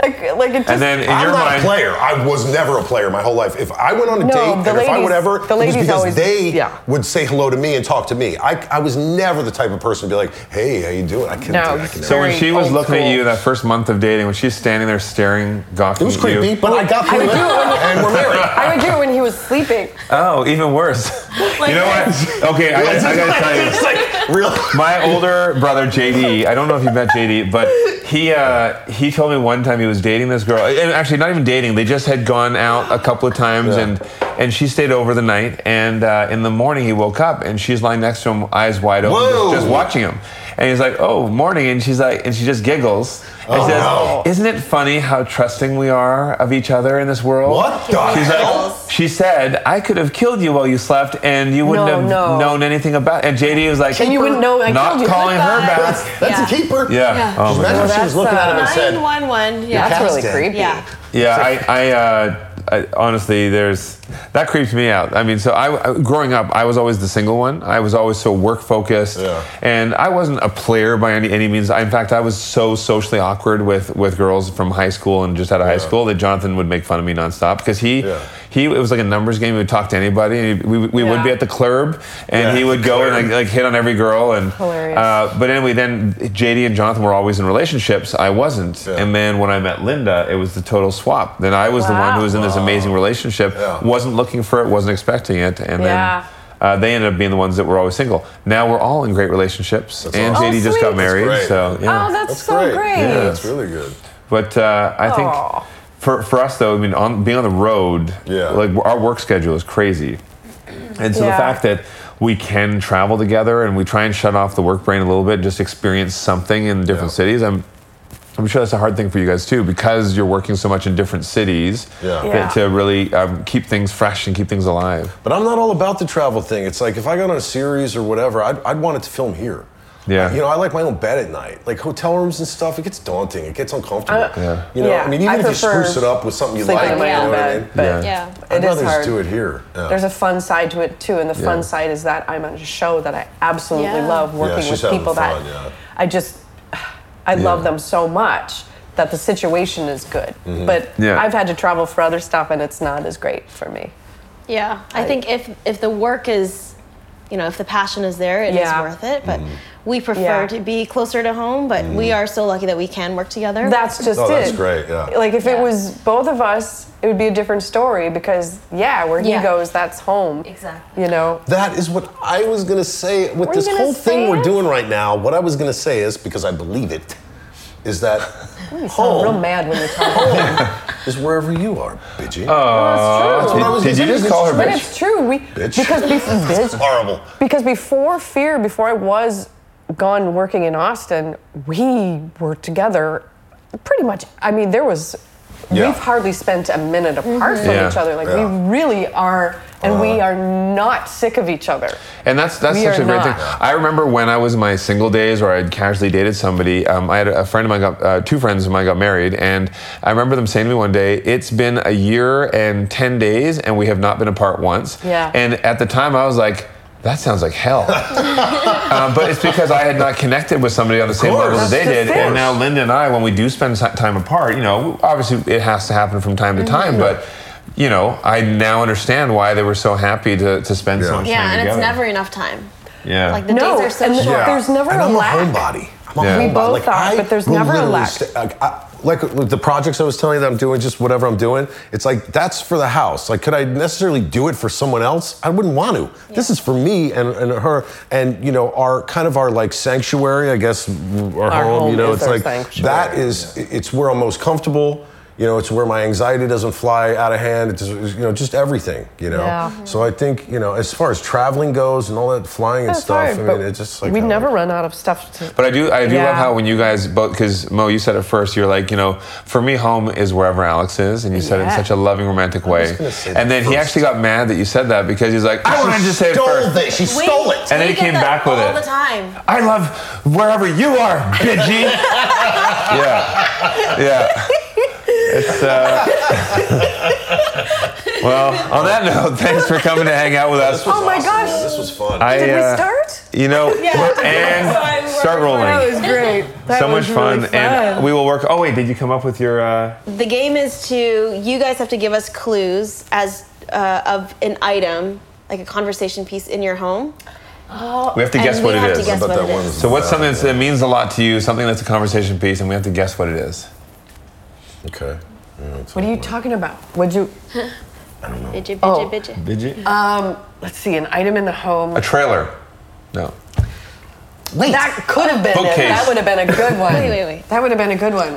Like, like it just.
And then in
I'm
your
not
mind,
a player. I was never a player my whole life. If I went on a
No,
date,
the
and if I would
ladies-
ever,
the
it was
ladies
because
always-
they
yeah.
would say hello to me and talk to me. I, I was never the type of person to be like, "Hey, how you doing?" I couldn't.
No,
do that. I could
so when
Very
she was
old
looking at
school.
you that first month of dating, when she's standing there staring,
never. it
gawking
was
at you.
creepy, but I got
I
through
would
it,
do it when-
and we're married.
I would do it when he was sleeping.
Oh, even worse. you know what? Okay, I, gotta- I gotta tell you.
Real.
My older brother JD, I don't know if you met JD, but he uh, he told me one time he was dating this girl, and actually not even dating. They just had gone out a couple of times,
Yeah.
and and she stayed over the night. And uh, in the morning, he woke up, and she's lying next to him, eyes wide open,
Whoa.
just, just watching him. And he's like, "Oh, morning," and she's like, and she just giggles. And
Oh,
says,
no.
"Isn't it funny how trusting we are of each other in this world?"
What the
She's
hell?
like, she said, "I could have killed you while you slept, and you wouldn't
No,
have
no.
known anything about." And JD was like,
And you wouldn't know I
not
killed you.
calling her
Goodbye.
back.
That's, that's a keeper.
Yeah.
Just
Oh my
imagine
God.
if she was
That's,
looking at him and
uh,
said,
Nine one one. Yeah.
That's
cat's
really
dead.
creepy.
Yeah.
Yeah, I, I, uh, I honestly, there's that creeps me out. I mean, so I, I- growing up, I was always the single one. I was always so work focused,
Yeah.
and I wasn't a player by any any means. I, in fact, I was so socially awkward with with girls from high school and just out of high school that Jonathan would make fun of me nonstop because he
Yeah.
he it was like a numbers game. He would talk to anybody. And he, we we would
Yeah.
be at the club, and
Yeah,
he would
the
go and
club.
like, like hit on every girl and
Hilarious.
Uh, but anyway, then JD and Jonathan were always in relationships. I wasn't,
Yeah.
and then when I met Linda, it was the total swap. Then I was the one
Wow.
who was in this amazing relationship,
Yeah.
wasn't looking for it, wasn't expecting it, and
Yeah.
then. Uh, they ended up being the ones that were always single. Now we're all in great relationships,
That's
and
awesome.
JD just
Oh,
got
sweet.
married.
That's great.
So yeah,
Oh, that's,
That's
so
great.
great.
Yeah, that's really good.
but uh, I think
Aw.
for for us though, I mean, on, being on the road,
Yeah.
like our work schedule is crazy, and so the
Yeah.
fact that we can travel together and we try and shut off the work brain a little bit, just experience something in different
Yeah.
cities. I'm I'm sure that's a hard thing for you guys too, because you're working so much in different cities
Yeah.
that
Yeah.
to really um, keep things fresh and keep things alive.
But I'm not all about the travel thing. It's like if I got on a series or whatever, I'd, I'd want it to film here.
Yeah.
You know, I like my own bed at night. Like hotel rooms and stuff, it gets daunting. It gets uncomfortable.
Yeah.
You know,
Uh, Yeah.
I mean, even
I
if you
prefer
spruce it up with something you
sleeping
like,
in my
you know
own
what I
bed,
mean?
but
Yeah.
Yeah.
it
I'd
is
rather
hard.
just do it here. Yeah.
There's a fun side to it too, and the
Yeah.
fun side is that I'm on a show that I absolutely
Yeah.
love working
she's
with
having
people
fun,
that
yeah.
I just I
Yeah.
love them so much that the situation is good.
Mm-hmm.
But
Yeah.
I've had to travel for other stuff, and it's not as great for me.
Yeah, I, think if if the work is, you know, if the passion is there, it is
Yeah.
worth it. But
Mm-hmm.
we prefer
Yeah.
to be closer to home. But we are so lucky that we can work together.
That's just
Oh,
it.
that's great, yeah.
Like if it
Yeah.
was both of us, it would be a different story because yeah, where he
Yeah.
goes, that's home.
Exactly.
You know.
That is what I was going to say with
Were you
this
gonna
whole thing
say
we're
it?
doing right now. What I was going to say is because I believe it is that
I'm real
home
mad when you talk.
is wherever you are, bitchy.
Uh, That's true.
what I was
Did, did
gonna
you
say,
just
because
call her
But
bitch?
it's true. We
Bitch.
because bef- bitch.
Horrible.
Because before Fear, before I was gone working in Austin, we were together pretty much. I mean, there was.
Yeah.
We've hardly spent a minute
Mm-hmm.
apart from
Yeah. Uh-huh.
each other. Like
Yeah.
we really are, and we are not sick of each other.
And that's that's
We
such
are
a great thing.
not.
I remember when I was in my single days, or I'd casually dated somebody. Um, I had a friend of mine got uh, two friends of mine got married, and I remember them saying to me one day, "It's been a year and ten days, and we have not been apart once."
Yeah.
And at the time, I was like. That sounds like hell. Uh, but it's because I had not connected with somebody on the same
course.
level that they
That's the
did.
thing.
And now Linda and I, when we do spend si- time apart, you know, obviously it has to happen from time to
Mm-hmm.
time, but, you know, I now understand why they were so happy to, to spend
Yeah.
so much time
yeah, and
together.
it's never enough time.
Yeah.
Like the
No,
days are so
and the-
short.
Yeah. There's never
and
a
I'm
lack.
a homebody. I'm a
Yeah. We
homebody.
both
like,
are,
I
but there's
will
never a
literally
lack.
sta- like, I- like the projects I was telling you that I'm doing, just whatever I'm doing, it's like that's for the house. Like, could I necessarily do it for someone else? I wouldn't want to. This is for me and, and her, and you know, our kind of our like sanctuary, I guess, our,
Our
home. You
home
know,
is
it's
our
like
sanctuary.
that is it's where I'm most comfortable. You know, it's where my anxiety doesn't fly out of hand. It's you know just everything. You know,
Yeah. Mhm.
so I think you know as far as traveling goes and all that flying and
That's
stuff.
hard,
I
but
mean, it's just like
we
I
never
like-
run out of stuff. To,
But I do, I do
Yeah.
love how when you guys both, because Mo, you said it first. You're like, you know, for me, home is wherever Alex is, and you said it in
Yeah.
such a loving, romantic way.
gonna say that
And then he
first.
actually got mad that you said that because he's like, I wanted to say it
stole
first.
this. She stole it.
And then he
we get
came
that
back with
all
it.
the time.
I love wherever you are, Bidgie. yeah, yeah. It's uh. well, on that note, thanks for coming to hang out with us.
oh my gosh!
This was fun.
I,
Did we
uh,
start?
You know, and start rolling.
was great.
so much fun. and we will work. Oh wait, did you come up with your? Uh,
The game is to you guys have to give us clues as uh, of an item, like a conversation piece in your home.
we have to
And
guess
we
what it
have to
is.
guess
But
what
that
it
one
is.
was-
So what's something that's, that means a lot to you? Something that's a conversation piece, and we have to guess what it is.
Okay.
what are you talking about? Would you?
I don't know.
Bidget, bidget,
Oh.
bidget.
Bidget?
Um, let's see, an item in the home.
A trailer. No.
Wait.
That could have been it.
Bookcase.
That would have been a good one.
Wait, wait, wait.
That would have been a good one.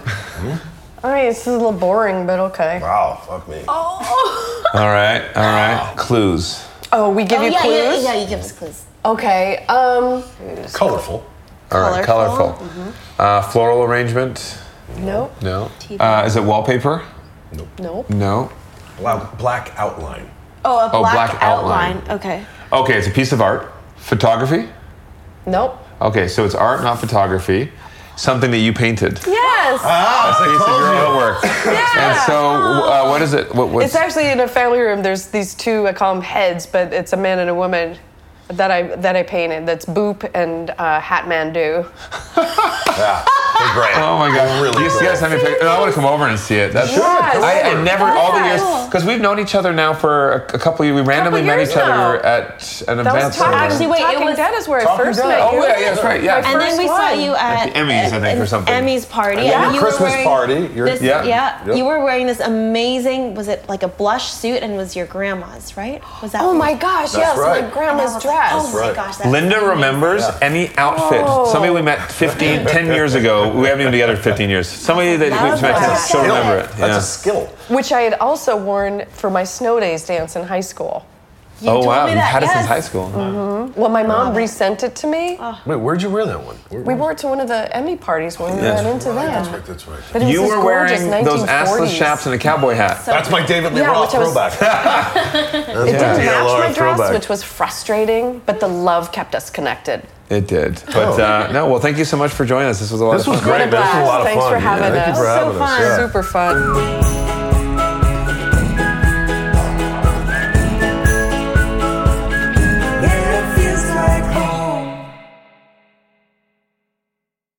All right, this is a little boring, but okay.
Wow, fuck me.
Oh,
All right. All right. Clues.
oh we give
Oh
you
yeah, yeah,
clues?
yeah, You give us clues.
Okay, um,
Colorful.
All right.
Colorful. Mm-hmm.
Colorful. Uh, floral arrangement.
nope,
No. Uh, is it wallpaper?
nope.
No.
Black, black outline.
Oh, a
Oh,
black,
black outline.
outline. Okay.
Okay, it's a piece of art. Photography.
Nope.
Okay, so it's art, not photography. Something that you painted.
Yes!
Ah,
Piece of your artwork. And so, uh, what is it? What, what's,
It's actually in a family room. There's these two. I call them heads, but it's a man and a woman that I that I painted. That's Boop and uh, Hatmandu.
Yeah, they're great.
Oh my god!
Really
You
cool.
guys have any pic- I want to come over and see it. That's
Sure, come
I, I
over.
never all the
Yes.
years because we've known each other now for a, a couple years. We randomly met
years
each
now.
other at an
That
event.
was Talk-
somewhere.
Actually, wait, it
Talking
was-
Dead is where I
Talking
first
Dead.
met
Oh,
you.
yeah, yeah, that's right, yeah.
My
And then
first
we saw
one.
you at,
At the Emmys, I
at
think, or
an
something.
Emmys party.
Yeah,
and you
Christmas
were wearing
party. You're-
this-
Yeah.
yeah,
Yep.
you were wearing this amazing. Was it like a blush suit? And was your grandma's right? Was that?
Oh
what-
my gosh! yes, my
right.
grandma's
That was-
dress.
Oh my
right.
gosh! that's
Linda
amazing.
remembers any outfit.
Oh.
Somebody we met 15, 10 years ago. We haven't been together 15 years. Somebody that
That's
we met,
right.
she'll remember it.
That's
Yeah.
a skill.
Which I had also worn for my snow days dance in high school.
You
oh
told
wow,
me
you
that,
had it
yes.
since high school.
Well, my mom resent it to me.
Wait, where'd you wear that one? Where-
we wore it to one of the Emmy parties when we
Yes.
went into
That's
them.
right. That's right.
But it was
You
this
were
gorgeous
wearing those
1940s.
assless chaps and a cowboy hat.
That's my David Lee
Yeah,
Roth
which I was-
throwback. That's
It
my
didn't match
DLR
my dress,
throwback.
which was frustrating, but the love kept us connected.
It did. But uh, no, well, thank you so much for joining us. This was a lot
This
of
was
fun.
great.
What a
man. This was a lot
blast.
of
Thanks
fun.
for having
yeah, Thank
us.
you for
It
having
was
us.
so
yeah.
fun. Super fun.